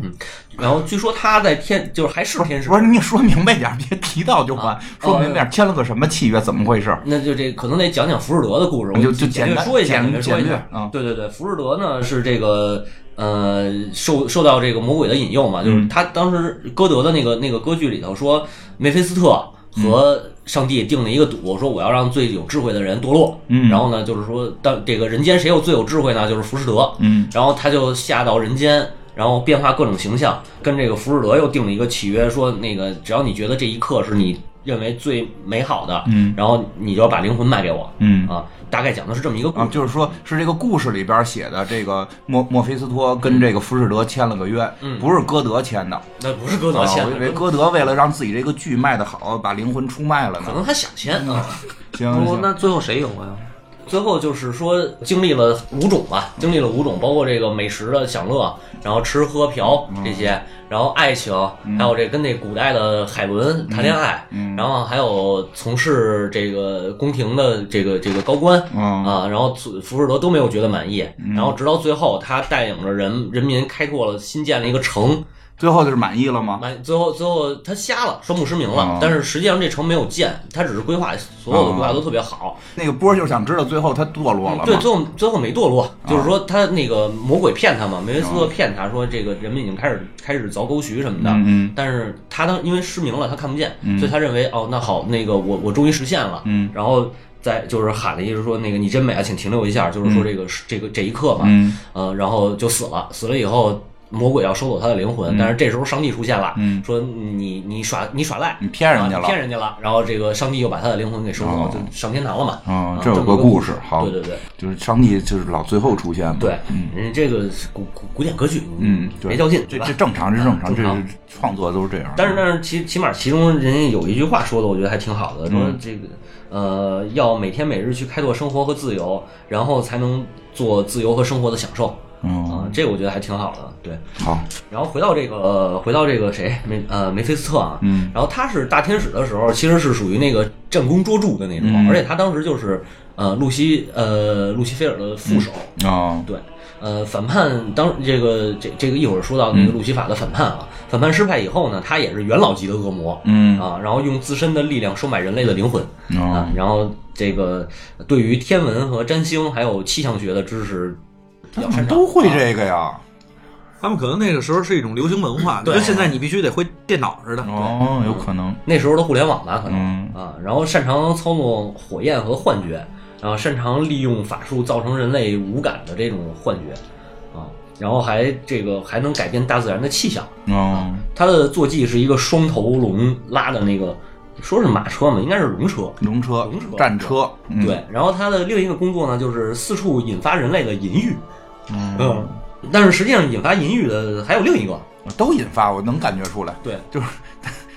Speaker 4: 嗯，然后据说他在天就是还是啊哦天使
Speaker 2: 不，是，你说明白点儿，别提到就还，说明白点儿，签了个什么契约，怎么回事？
Speaker 4: 那就这可能得讲讲浮士德的故事，我
Speaker 2: 你就
Speaker 4: 们
Speaker 2: 就
Speaker 4: 简
Speaker 2: 简
Speaker 4: 略
Speaker 2: 单
Speaker 4: 说一下，
Speaker 2: 简
Speaker 4: 简略说一
Speaker 2: 简
Speaker 4: 下
Speaker 2: 略啊
Speaker 4: 对对对，浮士德呢是这个呃受受到这个魔鬼的引诱嘛，就是
Speaker 2: 嗯
Speaker 4: 他当时歌德的那个那个歌剧里头说，梅菲斯特和
Speaker 2: 嗯
Speaker 4: 上帝定了一个赌，说我要让最有智慧的人堕落。
Speaker 2: 嗯
Speaker 4: 然后呢，就是说当这个人间谁有最有智慧呢？就是浮士德。
Speaker 2: 嗯，
Speaker 4: 然后他就下到人间，然后变化各种形象，跟这个浮士德又定了一个契约，说那个只要你觉得这一刻是你认为最美好的，
Speaker 2: 嗯
Speaker 4: 然后你就要把灵魂卖给我，
Speaker 2: 嗯
Speaker 4: 啊，大概讲的是这么一个故
Speaker 2: 啊，
Speaker 4: 事。
Speaker 2: 就是说，是这个故事里边写的，这个墨墨菲斯托跟这个浮士德签了个约，
Speaker 4: 嗯
Speaker 2: 不是歌德签的。啊
Speaker 4: 那不是歌德签
Speaker 2: 我以为
Speaker 4: 的，嗯
Speaker 2: 歌德为了让自己这个剧卖得好，把灵魂出卖了
Speaker 4: 可
Speaker 2: 呢。
Speaker 4: 能他想签啊。
Speaker 2: 行
Speaker 5: 不，
Speaker 2: 行，
Speaker 5: 哦那最后谁赢了呀？
Speaker 4: 最后就是说，经历了五种吧，经历了五种，包括这个美食的享乐，然后吃喝嫖
Speaker 2: 嗯
Speaker 4: 这些，然后爱情，还有这跟那古代的海伦
Speaker 2: 嗯
Speaker 4: 谈恋爱，然后还有从事这个宫廷的这个这个高官
Speaker 2: 嗯
Speaker 4: 啊，然后祖浮士德都没有觉得满意，然后直到最后，他带领着人人民开拓了新建了一个城，
Speaker 2: 最后就是满意了吗？
Speaker 4: 满最后最后他瞎了，双目失明了
Speaker 2: 哦，
Speaker 4: 但是实际上这城没有建，他只是规划，所有的规划都特别好，
Speaker 2: 那个波儿就想知道最后他堕落了啊
Speaker 4: 对，
Speaker 2: 吗？
Speaker 4: 最后最后没堕落，就是说他那个魔鬼骗他嘛，梅维斯特骗他说这个人们已经开始开始凿沟渠什么的，
Speaker 2: 啊嗯
Speaker 4: 但是他当因为失明了，他看不见，
Speaker 2: 嗯
Speaker 4: 所以他认为哦，那好，那个我我终于实现了，
Speaker 2: 嗯
Speaker 4: 然后再就是喊了一句说那个你真美啊，请停留一下，就是说这个、是这个这一刻嘛，
Speaker 2: 嗯
Speaker 4: 呃，然后就死了，死了以后。魔鬼要收走他的灵魂，但是这时候上帝出现了，
Speaker 2: 嗯
Speaker 4: 说你你耍你耍赖，
Speaker 2: 你骗人家
Speaker 4: 啊
Speaker 2: 了
Speaker 4: 你骗人家了。然后这个上帝又把他的灵魂给收走，
Speaker 2: 哦
Speaker 4: 就上天堂了嘛。
Speaker 2: 嗯
Speaker 4: 啊
Speaker 2: 这有
Speaker 4: 么
Speaker 2: 个
Speaker 4: 一个
Speaker 2: 故事好
Speaker 4: 对对对，
Speaker 2: 就是上帝就是老最后出现嘛。
Speaker 4: 对，嗯，这个是古古古典歌剧，
Speaker 2: 嗯，对
Speaker 4: 没较劲，
Speaker 2: 这
Speaker 4: 对吧
Speaker 2: 这正常，这正常，这
Speaker 4: 正常
Speaker 2: 是创作都是这样。
Speaker 4: 但是但是起起码其中人家有一句话说的，我觉得还挺好的，
Speaker 2: 嗯
Speaker 4: 说这个呃要每天每日去开拓生活和自由，然后才能做自由和生活的享受啊、
Speaker 2: 嗯，
Speaker 4: 这个我觉得还挺好的，对。
Speaker 2: 好，
Speaker 4: 然后回到这个呃回到这个谁梅呃梅菲斯特啊，
Speaker 2: 嗯
Speaker 4: 然后他是大天使的时候，其实是属于那个战功卓著的那种，
Speaker 2: 嗯
Speaker 4: 而且他当时就是呃路西呃路西菲尔的副手，
Speaker 2: 啊，
Speaker 4: 对，呃，反叛当这个这这个一会儿说到
Speaker 2: 嗯
Speaker 4: 那个路西法的反叛啊，反叛失败以后呢，他也是元老级的恶魔，
Speaker 2: 嗯
Speaker 4: 啊，然后用自身的力量收买人类的灵魂、
Speaker 2: 哦
Speaker 4: 啊，然后这个对于天文和占星还有气象学的知识比较
Speaker 2: 怎么
Speaker 4: 擅长，
Speaker 2: 都会这个呀？
Speaker 3: 他们可能那个时候是一种流行文化，
Speaker 4: 对
Speaker 3: 跟现在你必须得会电脑似的。
Speaker 2: 哦，有可能，
Speaker 4: 那时候的互联网吧，可能、
Speaker 2: 嗯
Speaker 4: 啊，然后擅长操纵火焰和幻觉，然后擅长利用法术造成人类无感的这种幻觉啊，然后还这个还能改变大自然的气象。
Speaker 2: 哦，
Speaker 4: 他的坐骑是一个双头龙拉的那个，说是马车嘛，应该是龙车。
Speaker 2: 龙车
Speaker 4: 龙车、
Speaker 2: 战车，嗯
Speaker 4: 对，，然后他的另一个工作呢，就是四处引发人类的淫欲。嗯，但是实际上引发淫欲的还有另一个，
Speaker 2: 都引发，我能感觉出来。
Speaker 4: 对，
Speaker 2: 就是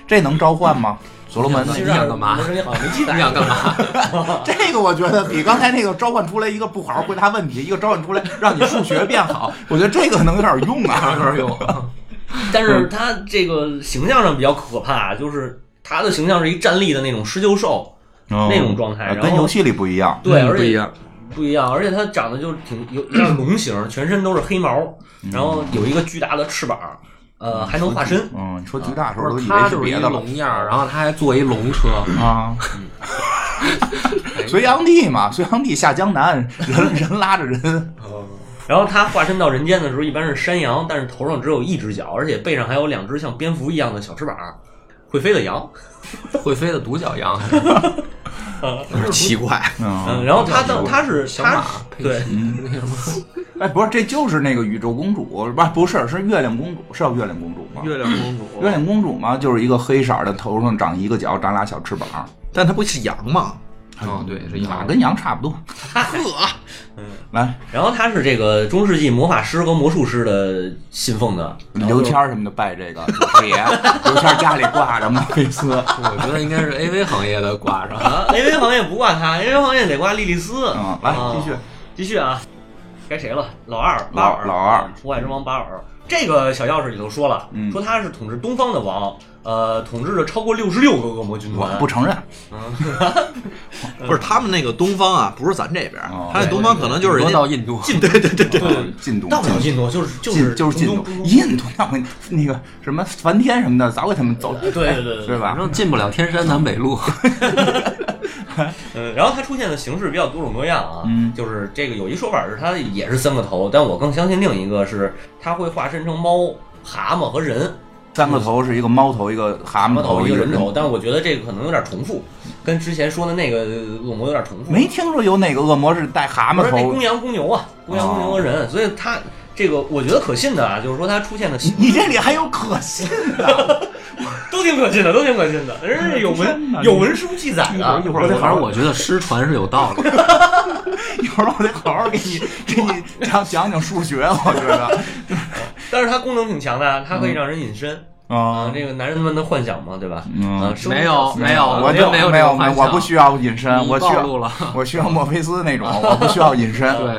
Speaker 2: 这能召唤吗？所罗门那
Speaker 5: 你
Speaker 4: 其
Speaker 5: 想
Speaker 4: 实
Speaker 5: 想干嘛
Speaker 4: 我这里哦好像没 记
Speaker 5: 你
Speaker 4: 载。
Speaker 5: 想干嘛？
Speaker 2: 这个我觉得比刚才那个召唤出来一个不好好回答问题，一个召唤出来让你数学变好， 我觉得这个可能有点用啊，有点用。
Speaker 4: 但是他这个形象上比较可怕，就是他的形象是一站立的那种狮鹫兽 那种状态，
Speaker 2: 啊
Speaker 4: 然后
Speaker 2: 跟游戏里不一样。
Speaker 4: 对，
Speaker 3: 嗯
Speaker 4: 而
Speaker 3: 不一
Speaker 4: 且
Speaker 3: 样。
Speaker 4: 不一样，而且它长得就挺有有点龙形，全身都是黑毛，
Speaker 3: 嗯
Speaker 4: 然后有一个巨大的翅膀，呃，还能化身。
Speaker 2: 嗯，你说
Speaker 4: 啊
Speaker 2: 巨大的时候
Speaker 5: 不
Speaker 2: 我都
Speaker 5: 是
Speaker 2: 以
Speaker 5: 他
Speaker 2: 为是
Speaker 5: 就是一
Speaker 2: 别的了
Speaker 5: 龙样儿，然后他还坐一龙车，
Speaker 2: 啊。 隋炀帝嘛，隋炀帝下江南，人人拉着人，
Speaker 4: 然后它化身到人间的时候，一般是山羊，但是头上只有一只脚，而且背上还有两只像蝙蝠一样的小翅膀，会飞的羊。
Speaker 5: 会飞的独角羊，
Speaker 3: 有点奇怪，
Speaker 4: 嗯，
Speaker 2: 嗯，
Speaker 4: 然后它到它是
Speaker 5: 小
Speaker 4: 它
Speaker 5: 马配
Speaker 4: 对
Speaker 5: 那什 么
Speaker 2: 哎，不是，这就是那个宇宙公主，不，不是，是月亮公主，是叫月亮公主吗？
Speaker 3: 月亮公主。
Speaker 2: 月亮公主嘛，就是一个黑色儿的，头上长一个角，长俩小翅膀，
Speaker 3: 但它不是羊吗？
Speaker 5: 哦，对，是
Speaker 2: 马
Speaker 5: 羊。
Speaker 2: 跟羊差不多。呵，来
Speaker 4: 然后他是这个中世纪魔法师和魔术师的信奉的，
Speaker 2: 刘谦儿什么的拜这个祖师爷，刘谦儿家里挂着墨菲斯，
Speaker 5: 我觉得应该是 AV 行业的挂上。
Speaker 4: 啊，A V 行业不挂他，A V 行业得挂莉莉丝。
Speaker 2: 嗯，来
Speaker 4: 啊
Speaker 2: 继续，
Speaker 4: 继续啊，该谁了？老二，巴
Speaker 2: 老
Speaker 4: 尔，
Speaker 2: 老二，
Speaker 4: 除外之王巴尔。这个小钥匙里头说了，
Speaker 2: 嗯
Speaker 4: 说他是统治东方的王，呃，统治着超过六十六个恶魔军
Speaker 2: 我
Speaker 4: 团。
Speaker 2: 不承认，
Speaker 3: 不是他们那个东方啊，不是咱这边儿
Speaker 2: 哦，
Speaker 3: 他那东方可能就是人
Speaker 5: 多
Speaker 3: 家
Speaker 5: 到印度，
Speaker 3: 对对对对，
Speaker 2: 嗯进度
Speaker 4: 到不了
Speaker 2: 进
Speaker 4: 印度，就是就
Speaker 2: 进
Speaker 4: 是
Speaker 2: 就是进度
Speaker 4: 中东不，
Speaker 2: 印度那回那个什么梵天什么的，早给他们走，
Speaker 4: 对 对对
Speaker 2: 对
Speaker 4: 对。
Speaker 5: 反
Speaker 2: 吧？
Speaker 5: 正进不了天山南北路。
Speaker 4: 嗯，然后他出现的形式比较多种多样啊，
Speaker 2: 嗯
Speaker 4: 就是这个有一说法是他也是三个头，但我更相信另一个是他会化身成猫、蛤蟆和人，
Speaker 2: 三个头是一个猫头，一个蛤
Speaker 4: 蛤
Speaker 2: 蟆
Speaker 4: 蟆头
Speaker 2: 嗯头，
Speaker 4: 一个
Speaker 2: 人
Speaker 4: 人头，但我觉得这个可能有点重复，跟之前说的那个恶魔有点重复。
Speaker 2: 没听说有哪个恶魔是带蛤
Speaker 4: 不
Speaker 2: 蟆
Speaker 4: 是那公
Speaker 2: 头。
Speaker 4: 羊公牛啊，公羊公牛和人，所以他这个我觉得可信的啊，就是说他出现的
Speaker 2: 你这里还有可信的，
Speaker 4: 都挺可信的，都挺可信的，人家有文有文书记载的。
Speaker 5: 一会儿，反正我觉得失传是有道理。
Speaker 2: 一会儿我得好好给你给你讲讲讲数学，我觉得。
Speaker 4: 但是它功能挺强的，啊它可以让人隐身啊，
Speaker 2: 啊
Speaker 4: 这个男人们的幻想嘛，对吧？
Speaker 2: 嗯
Speaker 4: 啊，生
Speaker 5: 没有，没有，
Speaker 2: 我
Speaker 5: 就
Speaker 2: 就
Speaker 5: 没
Speaker 2: 有
Speaker 5: 这
Speaker 2: 有
Speaker 5: 种幻想
Speaker 2: 我不需要隐身，
Speaker 5: 你
Speaker 2: 我需
Speaker 5: 暴
Speaker 2: 要
Speaker 5: 露了。
Speaker 2: 我需要墨菲斯那种，我不需要隐身。
Speaker 5: 对，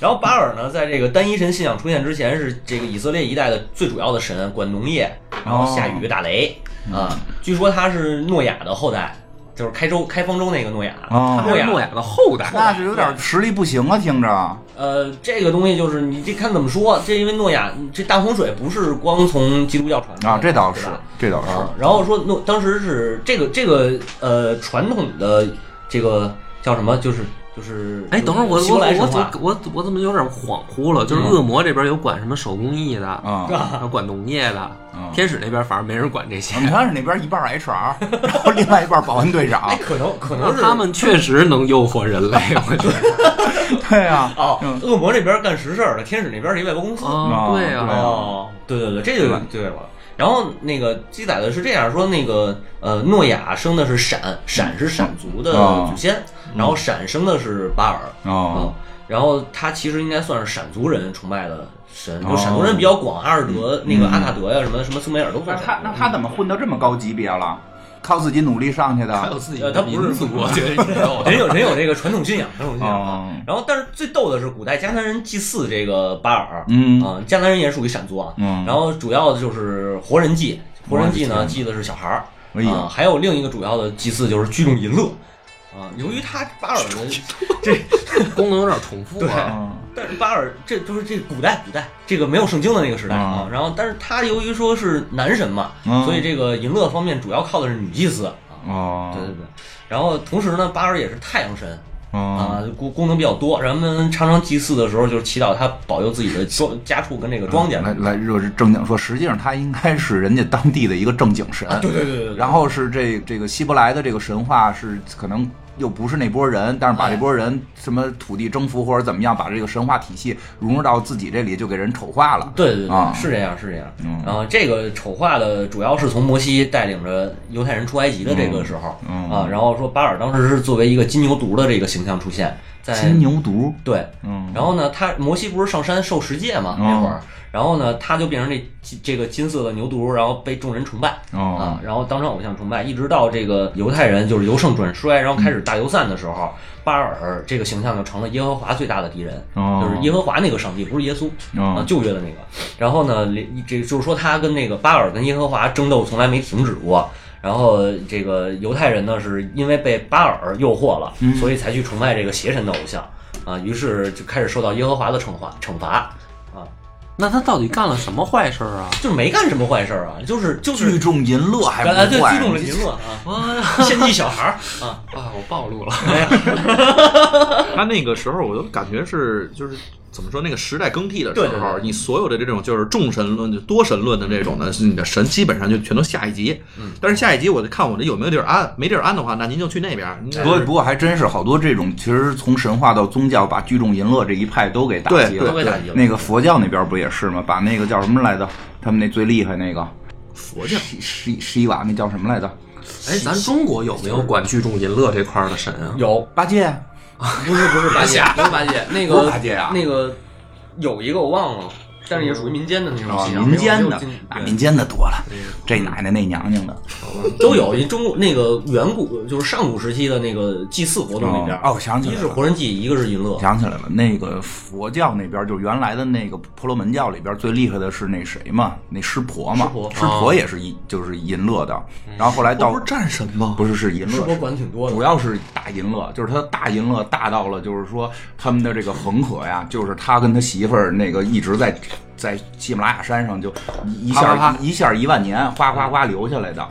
Speaker 4: 然后巴尔呢，在这个单一神信仰出现之前，是这个以色列一带的最主要的神，管农业，然
Speaker 2: 哦
Speaker 4: 后下雨打雷
Speaker 2: 嗯
Speaker 4: 啊。据说他是诺亚的后代，就是开州开方舟那个诺亚。
Speaker 2: 哦
Speaker 5: 他
Speaker 4: 诺
Speaker 5: 是
Speaker 4: 亚
Speaker 5: 诺亚的后代。
Speaker 2: 那是有点实力不行啊，听着。
Speaker 4: 呃，这个东西就是你这看怎么说，这因为诺亚这大洪水不是光从基督教传
Speaker 2: 啊，这倒
Speaker 4: 对
Speaker 2: 是
Speaker 4: 吧，
Speaker 2: 这倒是。
Speaker 4: 啊。然后说诺当时是这个这个呃传统的这个叫什么，就是就是
Speaker 5: 哎，等会儿我
Speaker 4: 希
Speaker 5: 我
Speaker 4: 伯来啊
Speaker 5: 我
Speaker 4: 神话
Speaker 5: 我我我怎么有点恍惚了？就是恶魔这边有管什么手工艺的，
Speaker 2: 啊、
Speaker 5: 然后管农业的
Speaker 2: 嗯，
Speaker 5: 天使那边反而没人管这些
Speaker 2: 我。们开始那边一半儿 HR，然后另外一半儿保安队长
Speaker 4: 哎，。 可能可能
Speaker 5: 那
Speaker 4: 是
Speaker 5: 他们确实能诱惑人类，我觉 得。
Speaker 2: 对啊，
Speaker 4: 哦
Speaker 2: 嗯，
Speaker 4: 恶魔这边干实事儿的，天使那边是一外包公司。
Speaker 5: 啊，对
Speaker 2: 对
Speaker 5: 啊，
Speaker 4: 哦，对对对，这就
Speaker 2: 对吧
Speaker 4: 对了。然后那个记载的是这样说，那个呃，诺亚生的是闪，闪是闪族的
Speaker 2: 哦
Speaker 4: 祖先，然后闪生的是巴尔，
Speaker 2: 哦
Speaker 4: 嗯，然后他其实应该算是闪族人崇拜的神，
Speaker 2: 哦
Speaker 4: 就闪族人比较广，阿尔德、那个阿卡德呀、什么什么苏美尔都
Speaker 2: 那
Speaker 4: 算
Speaker 2: 他
Speaker 4: 闪
Speaker 2: 那
Speaker 4: 族。
Speaker 2: 他怎么混到这么高级别了？靠自己努力上去的。
Speaker 5: 还有自己
Speaker 4: 呃，
Speaker 5: 的
Speaker 4: 他不是哦
Speaker 5: 民族，我觉得也有
Speaker 4: 人有人有这个传统信仰，传统信仰。
Speaker 2: 哦
Speaker 4: 然后，但是最逗的是，古代迦南人祭祀这个巴尔，
Speaker 2: 嗯
Speaker 4: 啊、迦南人也属于闪族啊。
Speaker 2: 嗯
Speaker 4: 然后主要的就是活人祭，活人祭呢祭的是小孩儿，嗯
Speaker 2: 哎呦
Speaker 4: 啊，还有另一个主要的祭祀就是聚众淫乐啊。由于他巴尔的 这
Speaker 5: 功能有点重复啊。
Speaker 2: 啊
Speaker 4: 但是巴尔这就是这古代古代这个没有圣经的那个时代啊，然后但是他由于说是男神嘛，
Speaker 2: 嗯
Speaker 4: 所以这个淫乐方面主要靠的是女祭司啊。
Speaker 2: 啊
Speaker 4: 对对对，然后同时呢，巴尔也是太阳神
Speaker 2: 啊
Speaker 4: 啊，功功能比较多。人们常常祭祀的时候，就是祈祷他保佑自己的庄家畜跟这个庄稼。
Speaker 2: 来来，就是正经说，实际上他应该是人家当地的一个正经神，
Speaker 4: 嗯对对对对对，
Speaker 2: 然后是这这个希伯来的这个神话是可能又不是那波人，但是把这波人什么土地征服或者怎么样，把这个神话体系融入到自己这里，就给人丑化了。
Speaker 4: 对对对，
Speaker 2: 啊
Speaker 4: 是这样，是这样。然后这个丑化的主要是从摩西带领着犹太人出埃及的这个时候、
Speaker 2: 嗯嗯
Speaker 4: 啊，然后说巴尔当时是作为一个金牛犊的这个形象出现在
Speaker 2: 金牛犊，
Speaker 4: 对，
Speaker 2: 嗯
Speaker 4: 然后呢，他摩西不是上山受十诫嘛、
Speaker 2: 嗯
Speaker 4: 那会儿，然后呢，他就变成这金这个金色的牛犊，然后被众人崇拜、
Speaker 2: 哦
Speaker 4: 啊，然后当成偶像崇拜，一直到这个犹太人就是由盛转衰，然后开始大游散的时候，巴尔这个形象就成了耶和华最大的敌人，
Speaker 2: 哦
Speaker 4: 就是耶和华那个上帝，不是耶稣、
Speaker 2: 哦
Speaker 4: 啊，旧约的那个。然后呢，连这就是说他跟那个巴尔跟耶和华争斗从来没停止过。然后这个犹太人呢，是因为被巴尔诱惑了，
Speaker 2: 嗯
Speaker 4: 所以才去崇拜这个邪神的偶像啊，于是就开始受到耶和华的惩罚惩罚啊，
Speaker 5: 那他到底干了什么坏事儿啊？
Speaker 4: 就是没干什么坏事儿啊，就是就是
Speaker 2: 聚众淫乐还不
Speaker 4: 啊，对，
Speaker 2: 坏，
Speaker 4: 击中了淫乐
Speaker 2: 哎
Speaker 4: 啊， 献祭小孩儿啊，
Speaker 5: 啊，我暴露了。
Speaker 3: 他那个时候，我都感觉是就是怎么说，那个时代更替的时候，
Speaker 4: 对对对
Speaker 3: 你所有的这种就是众神论、就多神论的这种呢，是你的神基本上就全都下一级。嗯，但是下一级我就看我这有没有地儿安，没地儿安的话，那您就去那边儿。您
Speaker 2: 不过不过还真是好多这种，其实从神话到宗教，把聚众淫乐这一派都给打击
Speaker 3: 对
Speaker 2: 了。
Speaker 4: 都被打击了。
Speaker 2: 那个佛教那边不也是吗？把那个叫什么来着？他们那最厉害那个
Speaker 3: 佛教
Speaker 2: 施施施伊瓦那叫什么来着？
Speaker 5: 哎，咱中国有没有管聚众淫乐这块儿的神啊？
Speaker 4: 有
Speaker 2: 八戒。
Speaker 4: 不是不是
Speaker 5: 八戒，不是八戒， 那
Speaker 2: 不
Speaker 5: 个
Speaker 2: 是八戒啊
Speaker 4: 那个有一个我忘了，但是也属于民间的那种
Speaker 2: 啊，
Speaker 4: 信仰，
Speaker 2: 民间的
Speaker 4: 没有没有经
Speaker 2: 啊，
Speaker 4: 对
Speaker 2: 民间的多了，这奶奶那娘娘的
Speaker 4: 都有。一中国那个远古就是上古时期的那个祭祀活动里边，
Speaker 2: 哦，我想起
Speaker 4: 一
Speaker 2: 来
Speaker 4: 是
Speaker 2: 了。
Speaker 4: 活人祭，一个是淫乐。
Speaker 2: 想起来了，那个佛教那边就是原来的那个婆罗门教里边最厉害的是那谁嘛，那湿婆嘛，湿
Speaker 4: 婆
Speaker 2: 也是淫，就是淫乐的，然后后来到
Speaker 3: 哦不是战神吗？
Speaker 2: 不是是淫
Speaker 4: 是
Speaker 2: 乐
Speaker 4: 我，管挺多的
Speaker 2: 主，要是大淫乐，就是他大淫乐大到了，就是说他们的这个恒河呀，就是他跟他媳妇儿那个一直在在喜马拉雅山上就一一下
Speaker 5: 啪啪
Speaker 2: 一下一万年哗哗哗流下来的，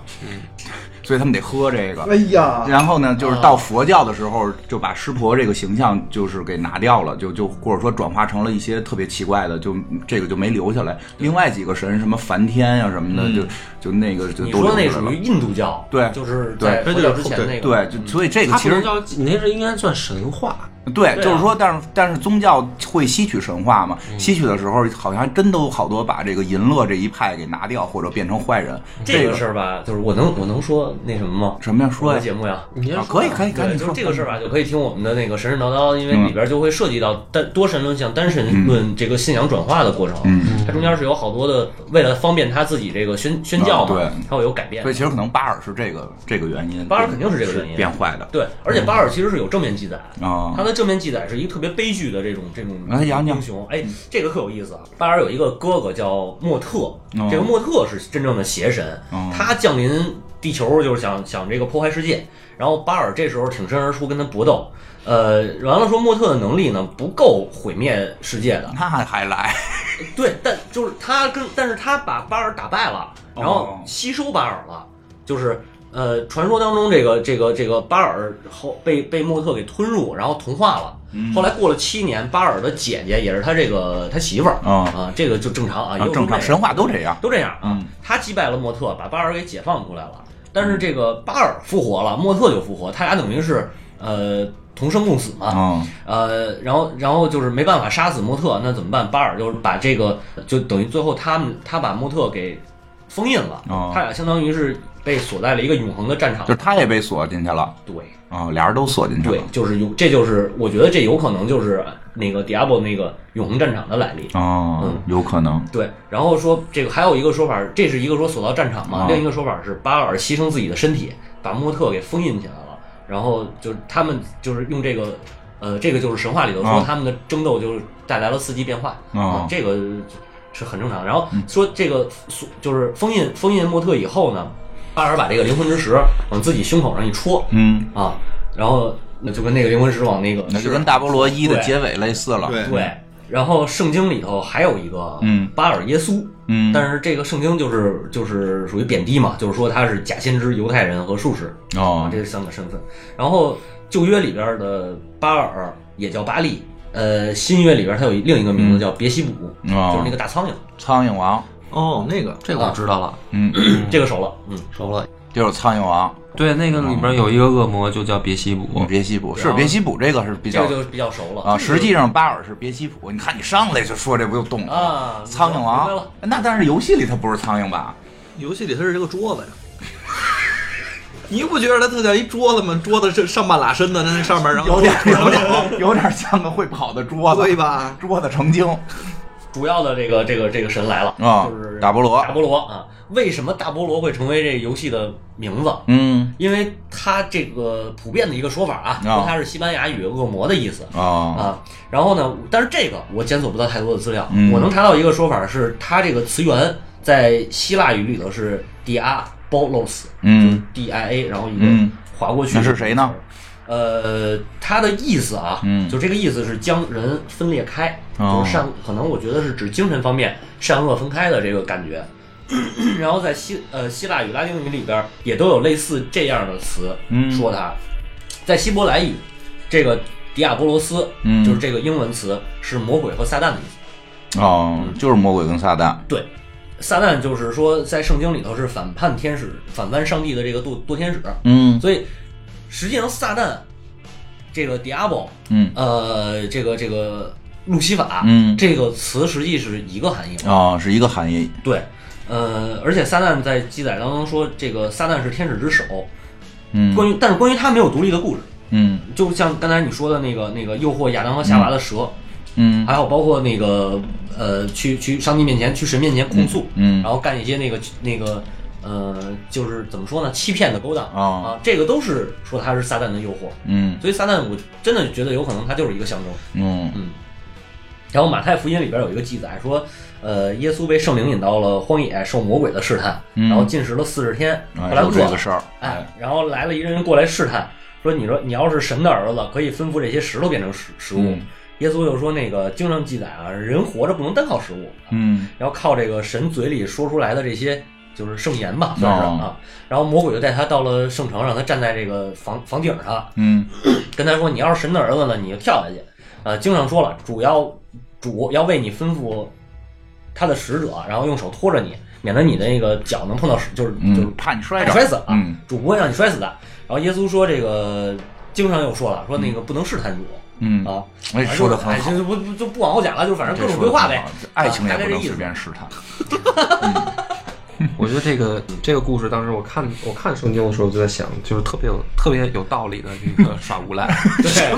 Speaker 2: 所以他们得喝这个。
Speaker 3: 呀，
Speaker 2: 然后呢，就是到佛教的时候，就把湿婆这个形象就是给拿掉了，就就或者说转化成了一些特别奇怪的，就这个就没留下来。另外几个神，什么梵天呀、什么的，就就那个就
Speaker 4: 你
Speaker 2: 都
Speaker 4: 说那
Speaker 2: 留下来
Speaker 4: 属
Speaker 2: 了
Speaker 4: 于。印度教，
Speaker 2: 对
Speaker 4: 就是在
Speaker 3: 对
Speaker 4: 佛教之前那个，
Speaker 2: 对，就所以这个
Speaker 5: 他
Speaker 2: 其
Speaker 5: 不
Speaker 2: 实
Speaker 5: 能叫，你那是应该算神话。
Speaker 2: 对，
Speaker 4: 对啊
Speaker 2: 就是说，但是但是宗教会吸取神话嘛？
Speaker 4: 嗯
Speaker 2: 吸取的时候，好像还真都好多把这个淫乐这一派给拿掉，或者变成坏人。
Speaker 4: 这
Speaker 2: 个
Speaker 4: 个事儿吧，就是我能我能说那什么吗？
Speaker 2: 什么呀？说
Speaker 4: 我
Speaker 2: 呀
Speaker 4: 的节目呀，
Speaker 5: 你
Speaker 2: 啊，可以可以，赶
Speaker 4: 对，
Speaker 2: 紧
Speaker 4: 就
Speaker 2: 说嗯
Speaker 4: 是这个事儿吧，就可以听我们的那个神神叨叨，因为里边就会涉及到单多神论向单神论这个信仰转化的过程。
Speaker 2: 嗯，
Speaker 4: 它中间是有好多的，为了方便他自己这个宣宣教嘛，
Speaker 2: 啊对
Speaker 4: 它会有改变
Speaker 2: 所以。其实可能巴尔是这个这个原因，
Speaker 4: 巴尔肯定是这个原因啊
Speaker 2: 变坏的嗯
Speaker 4: 对，而且巴尔其实是有正面记载，
Speaker 2: 啊
Speaker 4: 他。的正面记载是一个特别悲剧的这种这种
Speaker 2: 哎杨绛
Speaker 4: 英雄。哎，这个特有意思啊！巴尔有一个哥哥叫莫特，这个莫特是真正的邪神
Speaker 2: 哦，
Speaker 4: 他降临地球就是想想这个破坏世界。然后巴尔这时候挺身而出跟他搏斗，呃，完了说莫特的能力呢不够毁灭世界的，
Speaker 2: 那还来？
Speaker 4: 对，但就是他跟，但是他把巴尔打败了，
Speaker 2: 哦
Speaker 4: 然后吸收巴尔了，就是呃，传说当中这个这个这个巴尔后被被莫特给吞入，然后同化了。
Speaker 2: 嗯
Speaker 4: 后来过了七年，巴尔的姐姐也是他这个他媳妇儿啊、
Speaker 2: 哦
Speaker 4: 这个就正常啊，也有
Speaker 2: 正常，
Speaker 4: 这个
Speaker 2: 神话都这样。
Speaker 4: 都这样啊。
Speaker 2: 嗯
Speaker 4: 他击败了莫特，把巴尔给解放出来了，但是这个巴尔复活了，莫特就复活，他俩等于是呃同生共死嘛。
Speaker 2: 嗯，
Speaker 4: 呃，然后然后就是没办法杀死莫特，那怎么办？巴尔就是把这个，就等于最后他们他把莫特给封印了，
Speaker 2: 哦
Speaker 4: 他俩相当于是被锁在了一个永恒的战场
Speaker 2: 就。是他也被锁进去了
Speaker 4: 对
Speaker 2: 啊，俩人都锁进去
Speaker 4: 对
Speaker 2: 了，
Speaker 4: 就是有，这就是我觉得这有可能就是那个 Diablo 那个永恒战场的来历。
Speaker 2: 哦
Speaker 4: 嗯，
Speaker 2: 有可能。
Speaker 4: 对，然后说这个还有一个说法，这是一个说锁到战场
Speaker 2: 哦
Speaker 4: 嘛，另一个说法是巴尔牺牲自己的身体，把莫特给封印起来了，然后就是他们就是用这个，呃，这个就是神话里头说
Speaker 2: 哦
Speaker 4: 他们的争斗就是带来了四季变化，
Speaker 2: 哦
Speaker 4: 嗯这个
Speaker 2: 嗯
Speaker 4: 是很正常。然后说这个就是封印封印莫特以后呢，巴尔把这个灵魂之石往自己胸口上一戳
Speaker 2: 嗯，
Speaker 4: 啊，然后那就跟那个灵魂石往那个
Speaker 2: 那就跟大菠萝一的结尾类似了。
Speaker 3: 对
Speaker 4: 对。然后圣经里头还有一个，
Speaker 2: 嗯
Speaker 4: 巴尔耶稣，
Speaker 2: 嗯
Speaker 4: 但是这个圣经就是就是属于贬低嘛，就是说他是假先知、犹太人和术士啊
Speaker 2: 哦，
Speaker 4: 这三个身份。然后旧约里边的巴尔也叫巴利，呃，新约里边他有另一个
Speaker 2: 嗯
Speaker 4: 名字叫别西卜，
Speaker 2: 哦
Speaker 4: 就是那个大苍蝇，
Speaker 2: 苍蝇王，
Speaker 3: 哦，那个
Speaker 5: 这个我知道了，
Speaker 2: 嗯，
Speaker 4: 这个熟了，嗯，
Speaker 5: 啊熟了。
Speaker 2: 就是苍蝇王，
Speaker 5: 对，那个里边有一个恶魔就叫别西卜，
Speaker 2: 别西卜是别西卜，这个是比
Speaker 4: 嗯这
Speaker 2: 较
Speaker 4: 个就比较熟了
Speaker 2: 啊，实际上巴尔是别西卜。你看你上来就说这不就懂了吗？
Speaker 4: 啊，
Speaker 2: 苍蝇
Speaker 4: 明白了
Speaker 2: 王，那但是游戏里它不是苍蝇吧？
Speaker 3: 游戏里它是这个桌子呀。 你不觉得它特像一桌子吗？桌子是上半拉身子，那上面然后
Speaker 2: 有点有点有点像个会跑的桌
Speaker 3: 对
Speaker 2: 子，
Speaker 3: 吧？
Speaker 2: 桌子成精
Speaker 4: 主要的这个这个这个神来了
Speaker 2: 啊
Speaker 4: 就是，
Speaker 2: 大菠萝
Speaker 4: 大，菠萝啊。为什么大菠萝会成为这游戏的名字？
Speaker 2: 嗯
Speaker 4: 因为它这个普遍的一个说法啊，
Speaker 2: 啊
Speaker 4: 说它是西班牙语“恶魔”的意思
Speaker 2: 啊，
Speaker 4: 啊。然后呢，但是这个我检索不到太多的资料，
Speaker 2: 嗯
Speaker 4: 我能查到一个说法是，它这个词源在希腊语里头是 diabolos，
Speaker 2: 嗯
Speaker 4: D I A，然后一个
Speaker 2: 嗯
Speaker 4: 划过去。
Speaker 2: 那是谁呢？
Speaker 4: 呃，它的意思啊，
Speaker 2: 嗯
Speaker 4: 就这个意思是将人分裂开，
Speaker 2: 哦
Speaker 4: 就是善，可能我觉得是指精神方面善恶分开的这个感觉。 然后在希呃希腊语、拉丁语里边儿也都有类似这样的词，
Speaker 2: 嗯
Speaker 4: 说它，在希伯来语，这个迪亚波罗斯，
Speaker 2: 嗯
Speaker 4: 就是这个英文词是魔鬼和撒旦的意思。嗯
Speaker 2: 哦，就是魔鬼跟撒旦，
Speaker 4: 对，撒旦就是说在圣经里头是反叛天使、反叛上帝的这个堕堕天使，
Speaker 2: 嗯
Speaker 4: 所以实际上撒旦这个 diablo，
Speaker 2: 嗯
Speaker 4: 呃，这个这个路西法，
Speaker 2: 嗯
Speaker 4: 这个词实际是一个含义。
Speaker 2: 哦，是一个含义，
Speaker 4: 对，呃，而且撒旦在记载当中说，这个撒旦是天使之首。
Speaker 2: 嗯
Speaker 4: 关于，但是关于他没有独立的故事，
Speaker 2: 嗯
Speaker 4: 就像刚才你说的那个那个诱惑亚当和夏娃的蛇，
Speaker 2: 嗯
Speaker 4: 还有包括那个呃，去去上帝面前、去神面前控诉，
Speaker 2: 嗯
Speaker 4: 然后干一些那个那个呃，就是怎么说呢，欺骗的勾当、
Speaker 2: 哦
Speaker 4: 啊，这个都是说他是撒旦的诱惑，
Speaker 2: 嗯
Speaker 4: 所以撒旦我真的觉得有可能他就是一个象征。
Speaker 2: 嗯
Speaker 4: 然后马太福音里边有一个记载说，呃，耶稣被圣灵引到了荒野，受魔鬼的试探，
Speaker 2: 嗯
Speaker 4: 然后禁食了四十天，后来
Speaker 2: 啊有
Speaker 4: 饿
Speaker 2: 这个
Speaker 4: 了
Speaker 2: 事儿，
Speaker 4: 哎，然后来了一个人过来试探，说你说你要是神的儿子，可以吩咐这些石头变成食食物。
Speaker 2: 嗯
Speaker 4: 耶稣又说那个经上记载啊，人活着不能单靠食物，
Speaker 2: 嗯
Speaker 4: 要靠这个神嘴里说出来的这些就是圣言吧，算是、
Speaker 2: 哦
Speaker 4: 啊。然后魔鬼就带他到了圣城，让他站在这个房房顶上，
Speaker 2: 嗯
Speaker 4: 跟他说：“你要是神的儿子呢，你就跳下去。”呃，经上说了，主要主要为你吩咐他的使者，然后用手托着你，免得你的那个脚能碰到石，就是就是
Speaker 2: 嗯，怕你摔
Speaker 4: 怕
Speaker 2: 着，
Speaker 4: 你摔死啊。
Speaker 2: 嗯
Speaker 4: 主不会让你摔死的。然后耶稣说：“这个经上又说了，说那个不能试探主。”
Speaker 2: 嗯
Speaker 4: 啊，
Speaker 2: 哎，
Speaker 4: 反正
Speaker 2: 说的
Speaker 4: 就
Speaker 2: 很
Speaker 4: 哎
Speaker 2: 好，
Speaker 4: 就不不就不往后讲了，就是反正各
Speaker 2: 这
Speaker 4: 种
Speaker 2: 说
Speaker 4: 规
Speaker 2: 的
Speaker 4: 划呗。啊
Speaker 2: 爱情也
Speaker 4: 大概
Speaker 2: 不
Speaker 4: 这
Speaker 2: 能
Speaker 4: 意思啊
Speaker 2: 随便试探，
Speaker 5: 我觉得这个这个故事，当时我看我看圣经的时候，就在想，就是特别有特别有道理的这个耍无赖。
Speaker 4: 对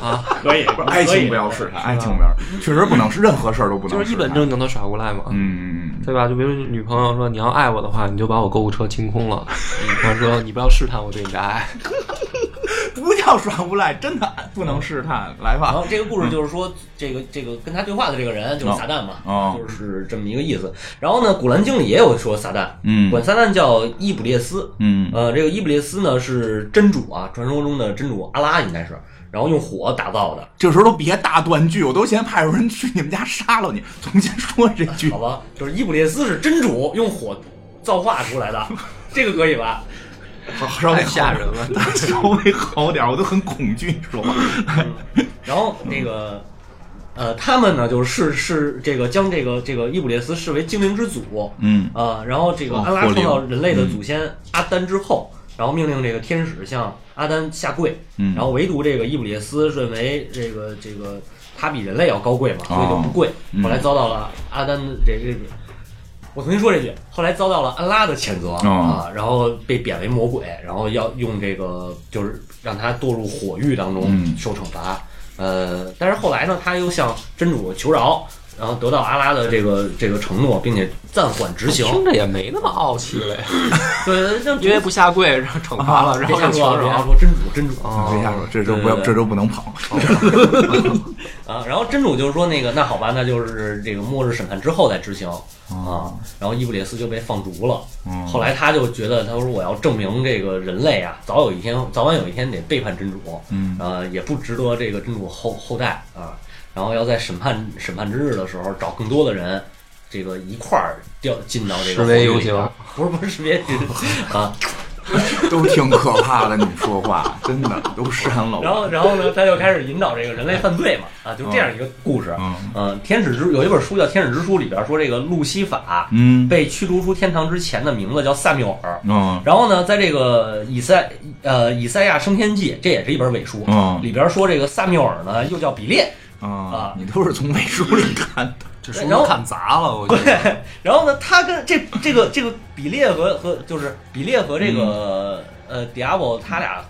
Speaker 4: 啊，可以，
Speaker 2: 爱
Speaker 4: 可以嗯
Speaker 2: 情不要试探，爱情不要，确实不能，任何事儿都不能，
Speaker 5: 就是一本，正经的耍无赖嘛，
Speaker 2: 嗯嗯
Speaker 5: 对吧？就比如你女朋友说你要爱我的话，你就把我购物车清空 了，然后说你不要试探我对你的爱，
Speaker 2: 嗯，不叫耍无赖，真的不能试探，来
Speaker 4: 然
Speaker 2: 吧
Speaker 4: 后，这个故事就是说，这个这个跟他对话的这个人就是撒旦嘛，
Speaker 2: 嗯哦
Speaker 4: 就是这么一个意思。然后呢，《古兰经》里也有说撒旦，
Speaker 2: 嗯
Speaker 4: 管撒旦叫伊卜列斯，
Speaker 2: 嗯
Speaker 4: 呃，这个伊卜列斯呢是真主啊，传说中的真主阿拉应该是，然后用火打造的，
Speaker 2: 这时候都别大断句，我都嫌怕有人去你们家杀了你，重新说这句
Speaker 4: 好，吧？就是伊卜列斯是真主用火造化出来的，这个可以吧？
Speaker 2: 稍微吓人了，但 稍微好点儿，我都很恐惧，你说吧，
Speaker 4: 然后那个。呃，他们呢，就是是这个将这个这个伊卜列斯视为精灵之祖，
Speaker 2: 嗯
Speaker 4: 啊，然后这个
Speaker 3: 哦
Speaker 4: 安拉
Speaker 3: 火
Speaker 4: 创
Speaker 3: 灵嗯
Speaker 4: 造人类的祖先阿丹之后，然后命令这个天使向阿丹下跪，
Speaker 2: 嗯
Speaker 4: 然后唯独这个伊布列斯认为这个这个他比人类要高贵
Speaker 5: 啊
Speaker 4: 嘛，所以就不跪，
Speaker 5: 嗯
Speaker 4: 后来遭到了阿丹的这这。我重新说这句，后来遭到了安拉的谴责、
Speaker 2: 哦
Speaker 4: 啊，然后被贬为魔鬼，然后要用这个就是让他堕入火狱当中
Speaker 2: 嗯
Speaker 4: 受惩罚。呃，但是后来呢，他又向真主求饶，然后得到阿拉的这个这个承诺，并且暂缓执行。
Speaker 5: 听着也没那么傲气了呀，
Speaker 4: 对，让
Speaker 5: 哦因为不下跪，然后惩罚了，然
Speaker 4: 别
Speaker 5: 后
Speaker 4: 瞎
Speaker 5: 就
Speaker 4: 说，
Speaker 5: 求
Speaker 4: 别瞎
Speaker 5: 饶。哦
Speaker 4: 说，真主真主
Speaker 2: 别瞎说，这周不要，
Speaker 4: 对对对
Speaker 2: 这周不能捧。
Speaker 4: 啊。然后真主就是说那个，那好吧，那就是这个末日审判之后再执行啊。然后伊布里斯就被放逐了。
Speaker 2: 哦嗯
Speaker 4: 后来他就觉得，他说我要证明这个人类啊，早有一天，早晚有一天得背叛真主，
Speaker 2: 嗯
Speaker 4: 呃，也不值得这个真主后后代啊。然后要在审判审判之日的时候，找更多的人，这个一块儿掉进到这个
Speaker 5: 实为
Speaker 4: 火狱里
Speaker 5: 游行
Speaker 4: 边，不是不是识别 啊。
Speaker 2: 都挺可怕的，你说话真的都膻了
Speaker 4: 然
Speaker 2: 我。
Speaker 4: 后然后呢，他就开始引导这个人类犯罪嘛啊，就这样一个故事。
Speaker 2: 嗯
Speaker 4: 嗯，天使之有一本书叫《天使之书》，里边说这个路西法
Speaker 2: 嗯
Speaker 4: 被驱逐出天堂之前的名字叫萨缪尔。
Speaker 2: 嗯
Speaker 4: 然后呢，在这个以赛呃以赛亚升天记，这也是一本伪书，
Speaker 2: 嗯
Speaker 4: 里边说这个萨缪尔呢又叫比列，
Speaker 2: 啊
Speaker 4: 啊，
Speaker 2: 你都是从美术里看 的。
Speaker 5: 这书
Speaker 4: 然
Speaker 5: 都
Speaker 4: 后
Speaker 5: 看砸了，我觉得。
Speaker 4: 然后呢，他跟这这个这个比列和和就是比列和这个、呃迪亚波他俩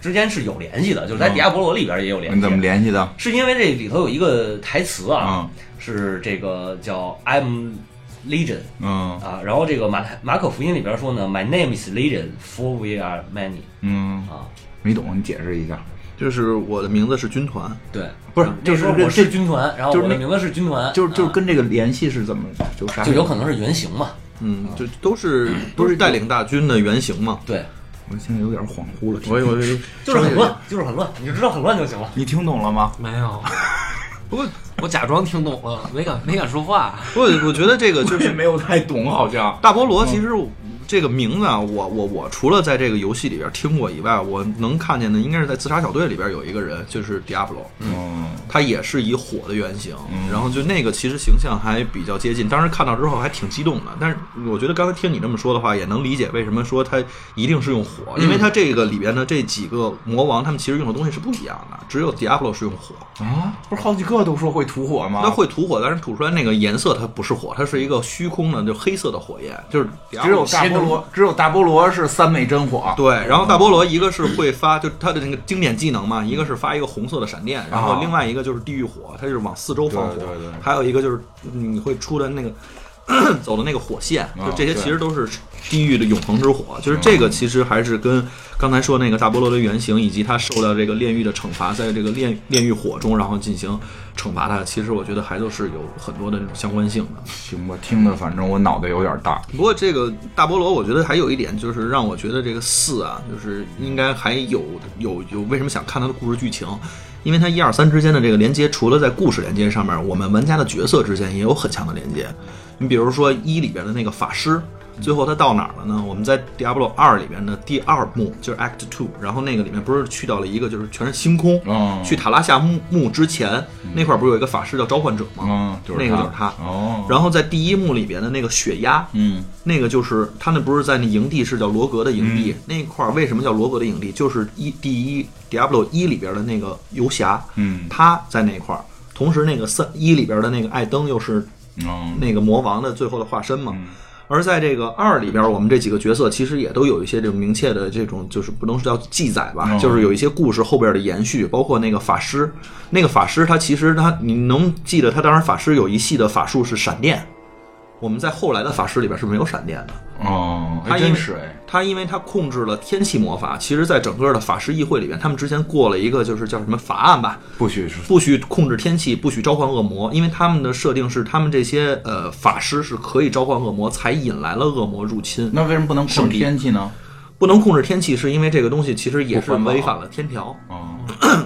Speaker 4: 之间是有联系的，就是在
Speaker 2: 嗯
Speaker 4: 迪亚波罗里边也有联系。
Speaker 2: 你怎么联系的？
Speaker 4: 是因为这里头有一个台词啊，
Speaker 2: 嗯
Speaker 4: 是这个叫 I'm Legion
Speaker 2: 嗯
Speaker 4: 啊，然后这个马太马可福音里边说呢，My name is Legion, for we are many
Speaker 2: 嗯，
Speaker 4: 啊，
Speaker 2: 没懂，你解释一下。
Speaker 3: 就是我的名字是军团，
Speaker 4: 对，
Speaker 2: 不是
Speaker 4: 那
Speaker 2: 就是
Speaker 4: 时候
Speaker 2: 这
Speaker 4: 我
Speaker 2: 这
Speaker 4: 是军团，然后
Speaker 2: 就是
Speaker 4: 我的
Speaker 2: 那
Speaker 4: 名字是军团，
Speaker 2: 就是就是
Speaker 4: 啊
Speaker 2: 跟这个联系是怎么就啥？
Speaker 4: 就有可能是原型嘛，
Speaker 3: 嗯，就都是都是带领大军的原型嘛。
Speaker 4: 对，
Speaker 2: 我现在有点恍惚了。
Speaker 3: 我以为
Speaker 4: 就是很乱，就是很乱，你就知道很乱就行了。
Speaker 2: 你听懂了吗？
Speaker 5: 没有，
Speaker 3: 不过
Speaker 5: 我假装听懂了，没敢没敢说话。
Speaker 3: 不过我觉得这个就
Speaker 2: 我也
Speaker 3: 是
Speaker 2: 没有太懂，好像。
Speaker 3: 大菠萝，其实这个名字啊，我我我除了在这个游戏里边听过以外，我能看见的应该是在自杀小队里边有一个人，就是 Diablo，
Speaker 2: 嗯
Speaker 3: 他也是以火的原型，然后就那个其实形象还比较接近，当时看到之后还挺激动的。但是我觉得刚才听你这么说的话，也能理解为什么说他一定是用火，
Speaker 2: 嗯
Speaker 3: 因为他这个里边的这几个魔王，他们其实用的东西是不一样的，只有 Diablo 是用火。
Speaker 2: 啊，不是好几个都说会吐火吗？
Speaker 3: 它会吐火，但是吐出来那个颜色它不是火，它是一个虚空的，就黑色的火焰，就是
Speaker 2: 只有大菠萝，只有大菠萝是三昧真火。
Speaker 3: 对，然后大菠萝一个是会发，就它的那个经典技能嘛，一个是发一个红色的闪电，然后另外一个就是地狱火，它就是往四周放火，
Speaker 2: 啊对对对
Speaker 3: 还有一个就是你会出的那个。 走的那个火线，
Speaker 2: 啊
Speaker 3: 就这些其实都是地狱的永恒之火，就是这个其实还是跟刚才说那个大菠萝的原型，以及他受到这个炼狱的惩罚，在这个炼炼狱火中，然后进行惩罚他，其实我觉得还都是有很多的那种相关性的。
Speaker 2: 行，我听的反正我脑袋有点大。
Speaker 3: 不过这个大菠萝，我觉得还有一点就是让我觉得这个四啊，就是应该还有有有为什么想看它的故事剧情，因为它一二三之间的这个连接，除了在故事连接上面，我们玩家的角色之间也有很强的连接。你比如说一里边的那个法师，最后他到哪儿了呢？我们在 Diablo 二里边的第二幕就是 Act Two，然后那个里面不是去到了一个就是全是星空，
Speaker 2: 嗯
Speaker 3: 去塔拉夏墓墓之前那块儿不是有一个法师叫召唤者吗？
Speaker 2: 嗯，就是
Speaker 3: 那个就是他
Speaker 2: 哦，
Speaker 3: 然后在第一幕里边的那个血压，
Speaker 2: 嗯，
Speaker 3: 那个就是他那不是在那营地是叫罗格的营地、那块儿，为什么叫罗格的营地？就是一第一 Diablo 一里边的那个游侠，
Speaker 2: 嗯
Speaker 3: 他在那块儿，同时那个三一里边的那个艾登又是
Speaker 2: 嗯
Speaker 3: 那个魔王的最后的化身嘛。而在这个二里边，我们这几个角色其实也都有一些这种明确的这种，就是不能叫记载吧，
Speaker 2: 嗯
Speaker 3: 就是有一些故事后边的延续，包括那个法师，那个法师他其实他你能记得他当时法师有一系的法术是闪电，我们在后来的法师里边是没有闪电的，
Speaker 2: 哦，还
Speaker 3: 他因
Speaker 2: 真
Speaker 3: 为
Speaker 2: 是哎，
Speaker 3: 他因为他控制了天气魔法，其实在整个的法师议会里边，他们之前过了一个就是叫什么法案吧，
Speaker 2: 不许是
Speaker 3: 不许控制天气，不许召唤恶魔，因为他们的设定是，他们这些呃法师是可以召唤恶魔，才引来了恶魔入侵。
Speaker 2: 那为什么不能控制天气呢？
Speaker 3: 不能控制天气，是因为这个东西其实也是
Speaker 2: 不环保
Speaker 3: 违反了天条，
Speaker 2: 哦，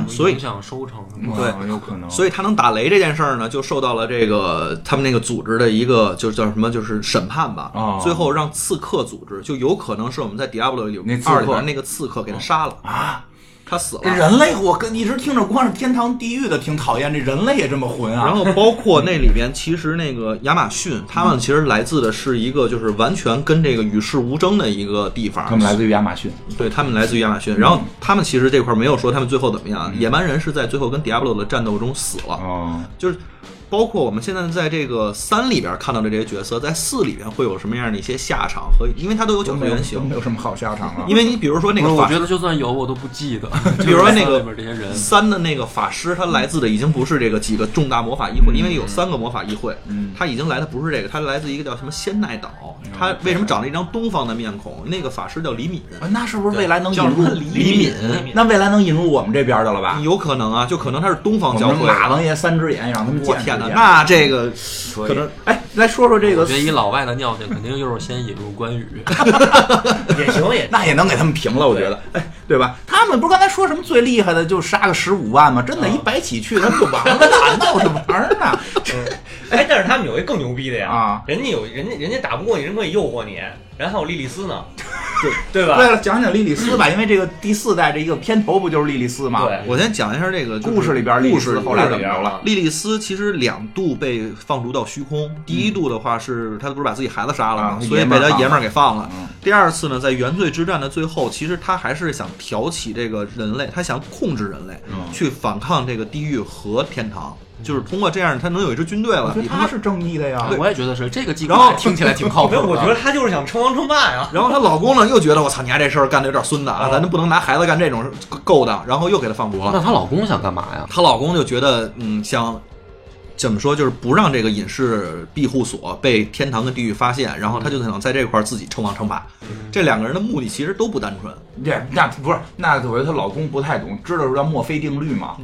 Speaker 3: 所以
Speaker 5: 影响收成，
Speaker 2: 嗯对，有可能。
Speaker 3: 所以他能打雷这件事儿呢，就受到了这个他们那个组织的一个就是叫什么，就是审判吧。
Speaker 2: 哦
Speaker 3: 最后让刺客组织，就有可能是我们在 Diablo 里
Speaker 2: 那刺客哎
Speaker 3: 二里边那个刺客给他杀了啊，他死了
Speaker 2: 这。人类，我跟一直听着光是天堂地狱的，挺讨厌。这人类也这么混啊？
Speaker 3: 然后包括那里边，其实那个亚马逊，他们其实来自的是一个就是完全跟这个与世无争的一个地方。
Speaker 2: 他们来自于嗯亚马逊，
Speaker 3: 对他们来自于亚马逊，然后他们其实啊
Speaker 2: 啊
Speaker 3: 这块没有说他们最后怎么样，野蛮人是在最后跟 Diablo 的战斗中死了，
Speaker 2: 嗯哦，
Speaker 3: 就是包括我们现在在这个三里边看到的这些角色，在四里边会有什么样的一些下场和，因为它都有
Speaker 2: 都
Speaker 3: 角色
Speaker 2: 没有
Speaker 3: 原
Speaker 2: 都
Speaker 3: 型
Speaker 2: 没，有什么好下场啊了。
Speaker 3: 因为你比如说那
Speaker 5: 不
Speaker 3: 个
Speaker 5: 是，我嗯
Speaker 3: 法
Speaker 5: 觉得就算有我都不记得。
Speaker 3: 比如说那个
Speaker 5: 里边这些人，
Speaker 3: 三的那个法师，他来自的已经不是这个几个重大魔法议会，因为有三个魔法议会，
Speaker 2: 嗯
Speaker 3: 他已经来的不是这个，他来自一个叫什么仙奈岛，他为什么长了一张东方的面孔？那个法师叫李敏，
Speaker 2: 啊那是不是未来能引
Speaker 3: 叫什
Speaker 2: 入
Speaker 3: 么李敏？
Speaker 2: 那未来能引入我们这边的了吧？
Speaker 3: 有可能啊，就可能他是东
Speaker 2: 我
Speaker 3: 方教
Speaker 2: 们
Speaker 3: 会
Speaker 2: 马
Speaker 3: 的。
Speaker 2: 王爷三只眼，让他们
Speaker 3: 我
Speaker 2: 见识
Speaker 3: 天哪，
Speaker 2: 见识
Speaker 3: 那这个
Speaker 2: 以
Speaker 3: 可能
Speaker 2: 哎，来说说这
Speaker 5: 我
Speaker 2: 个
Speaker 5: 觉，得以老外的尿性，肯定就是先引入关 羽。
Speaker 4: 也行也
Speaker 2: 那也能给他们平了，我觉得，哎，对吧？他们不是刚才说什么最厉害的就杀个十五万吗？真的，一白起去他们就完了，哪 闹着玩儿呢？
Speaker 4: 哎，但是他们有一更牛逼的呀，
Speaker 2: 啊
Speaker 4: 人家有人家人家打不过你，人可以诱惑你，然后还有莉莉丝呢，对对吧？
Speaker 2: 对了，讲讲莉莉丝吧，因为这个第四代这一个片头不就是莉莉丝吗？
Speaker 4: 对
Speaker 3: 我先讲一下这个就是
Speaker 2: 哎故事里边莉莉
Speaker 3: 故
Speaker 2: 丝
Speaker 3: 事里
Speaker 2: 后来
Speaker 3: 边
Speaker 2: 怎么着了？
Speaker 3: 莉莉丝其实两度被放逐到虚空，第一度的话是她不是把自己孩子杀了
Speaker 2: 啊
Speaker 3: 嘛，所以被她爷们儿给放了
Speaker 2: 嗯。
Speaker 3: 第二次呢，在原罪之战的最后，其实她还是想挑起这个人类，她想控制人类，
Speaker 2: 嗯
Speaker 3: 去反抗这个地狱和天堂，就是通过这样，她能有一支军队
Speaker 2: 我
Speaker 3: 了
Speaker 2: 觉。得
Speaker 3: 比他
Speaker 2: 他
Speaker 3: 们
Speaker 2: 是正义的呀。
Speaker 5: 我也觉得是这个计
Speaker 3: 然后
Speaker 5: 划听起来挺靠谱
Speaker 4: 没
Speaker 5: 的。
Speaker 4: 有，我觉得他就是想称王称霸呀。
Speaker 3: 然后她老公呢又觉得我操，你家这事儿干的有点孙子
Speaker 2: 嗯
Speaker 3: 啊，咱就不能拿孩子干这种勾当，然后又给她放逐了
Speaker 5: 那。她老公想干嘛呀？
Speaker 3: 她老公就觉得，嗯，想怎么说，就是不让这个隐世庇护所被天堂跟地狱发现，然后她就想在这块儿自己称王称霸。这两个人的目的其实都不单纯，
Speaker 2: 这那不是，那我觉得她老公不太懂，知道叫墨菲定律 吗？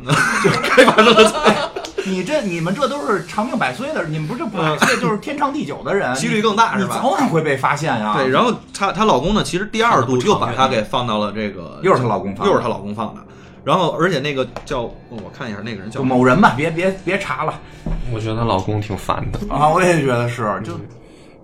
Speaker 2: 就是
Speaker 3: 开发了
Speaker 2: 你这你们这都是长命百岁的，你们不是百岁就是天长地久的人，
Speaker 3: 嗯 几率更大
Speaker 2: 你
Speaker 3: 是
Speaker 2: 你
Speaker 3: 吧
Speaker 2: 早？晚会被发现呀。
Speaker 3: 对，然后她她老公呢，其实第二度
Speaker 5: 不
Speaker 3: 又
Speaker 5: 长
Speaker 3: 把她给放到了这个，
Speaker 2: 又是她老公放的
Speaker 3: 又是她老公放的。然后，而且那个叫哦我看一下，那个人叫
Speaker 2: 就某人吧，别别别查了
Speaker 5: 我觉得她老公挺烦的。
Speaker 2: 啊！我也觉得是，就
Speaker 3: 嗯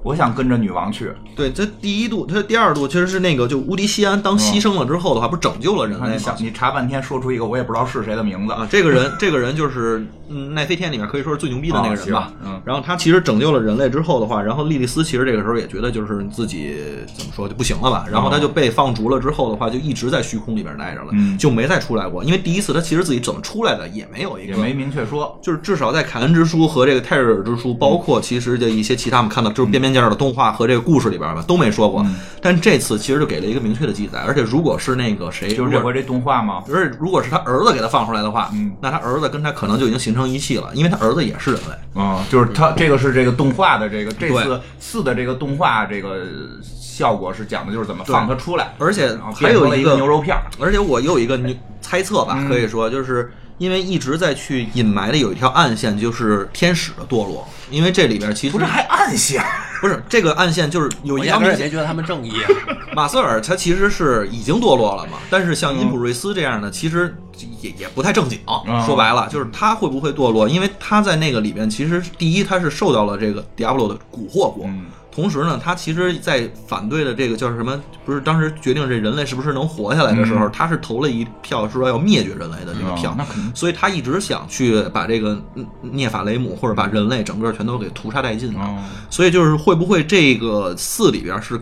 Speaker 2: 我想跟着女王去，
Speaker 3: 对，他第一度，他第二度其实是那个就乌迪西安当牺牲了之后的话，不是拯救了人类
Speaker 2: 你
Speaker 3: 吗？
Speaker 2: 想你查半天说出一个我也不知道是谁的名字
Speaker 3: 啊，，这个人，这个人就是嗯，奈飞天里面可以说是最牛逼的那个人吧。
Speaker 2: 啊行嗯
Speaker 3: 然后他其实拯救了人类之后的话，然后莉莉丝其实这个时候也觉得就是自己怎么说就不行了吧，然后他就被放逐了之后的话，就一直在虚空里边待着了，
Speaker 2: 哦嗯
Speaker 3: 就没再出来过。因为第一次他其实自己怎么出来的也没有一
Speaker 2: 也
Speaker 3: 个
Speaker 2: 没明确说。
Speaker 3: 就是至少在凯恩之书和这个泰瑞尔之书，
Speaker 2: 嗯
Speaker 3: 包括其实的一些其他我们看到就是边边角角的动画和这个故事里边吧，都没说过。
Speaker 2: 嗯
Speaker 3: 但这次其实就给了一个明确的记载，而且如果是那个谁，
Speaker 2: 就是
Speaker 3: 如
Speaker 2: 这
Speaker 3: 果
Speaker 2: 回这动画吗？
Speaker 3: 而且如果是他儿子给他放出来的话，
Speaker 2: 嗯
Speaker 3: 那他儿子跟他可能就已经形成一气了，因为他儿子也是人类。
Speaker 2: 啊，就是它这个是这个动画的这个这
Speaker 3: 对
Speaker 2: 次四的这个动画这个效果是讲的就是怎么放它出来，
Speaker 3: 而且
Speaker 2: 然后
Speaker 3: 还有
Speaker 2: 变成了哦一
Speaker 3: 个
Speaker 2: 牛肉片儿。嗯
Speaker 3: 而且我有一个牛猜测吧，可以说就是因为一直在去隐瞒的有一条暗线，就是天使的堕落，因为这里边其实
Speaker 2: 不是还暗线，
Speaker 3: 不是这个暗线就是有
Speaker 5: 我
Speaker 3: 压
Speaker 5: 压
Speaker 3: 根
Speaker 5: 根
Speaker 3: 儿
Speaker 5: 儿也没觉得他们正义啊。
Speaker 3: 马瑟尔他其实是已经堕落了嘛，但是像因普瑞斯这样的，其实也也不太正经
Speaker 2: 嗯。
Speaker 3: 说白了，就是他会不会堕落？因为他在那个里边，其实第一他是受到了这个 Diablo 的蛊惑过
Speaker 2: 嗯，
Speaker 3: 同时呢，他其实，在反对的这个叫什么？不是当时决定这人类是不是能活下来的时候，他是投了一票说要灭绝人类的这个票
Speaker 2: 嗯嗯那肯定，
Speaker 3: 所以他一直想去把这个嗯涅法雷姆或者把人类整个全都给屠杀殆尽
Speaker 2: 哦
Speaker 3: 的。所以就是会不会这个四里边是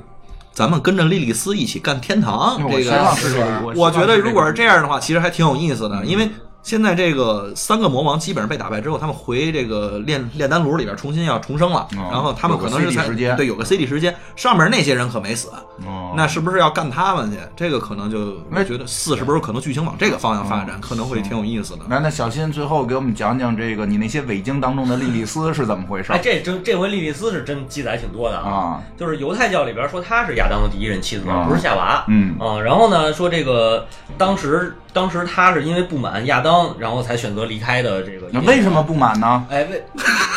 Speaker 3: 咱们跟着莉莉丝一起干天堂？
Speaker 2: 我
Speaker 3: 这
Speaker 2: 希望
Speaker 3: 个
Speaker 2: 是这个，嗯
Speaker 3: 我觉得如果是
Speaker 2: 这
Speaker 3: 这样的话，其实还挺有意思的，因为。现在这个三个魔王基本上被打败之后，他们回这个炼炼丹炉里边重新要重生了，
Speaker 2: 哦
Speaker 3: 然后他们可能是
Speaker 2: 有个
Speaker 3: 才
Speaker 2: CD 时间
Speaker 3: 对有个 CD 时间，上面那些人可没死，
Speaker 2: 哦
Speaker 3: 那是不是要干他们去？这个可能就
Speaker 2: 那
Speaker 3: 我觉得四是不是可能剧情往这个方向发展，可能会挺有意思的。
Speaker 2: 那那小新最后给我们讲讲这个你那些伪经当中的莉莉丝是啊怎么回事
Speaker 4: 哎，这这这回莉莉丝是真记载挺多的啊，
Speaker 2: 啊？
Speaker 4: 就是犹太教里边说她是亚当的第一任妻子
Speaker 2: 啊，
Speaker 4: 不是夏娃。
Speaker 2: 嗯
Speaker 4: 嗯，然后呢，说这个当时当时她是因为不满亚当，然后才选择离开的这个。
Speaker 2: 那为什么不满呢？
Speaker 4: 哎，为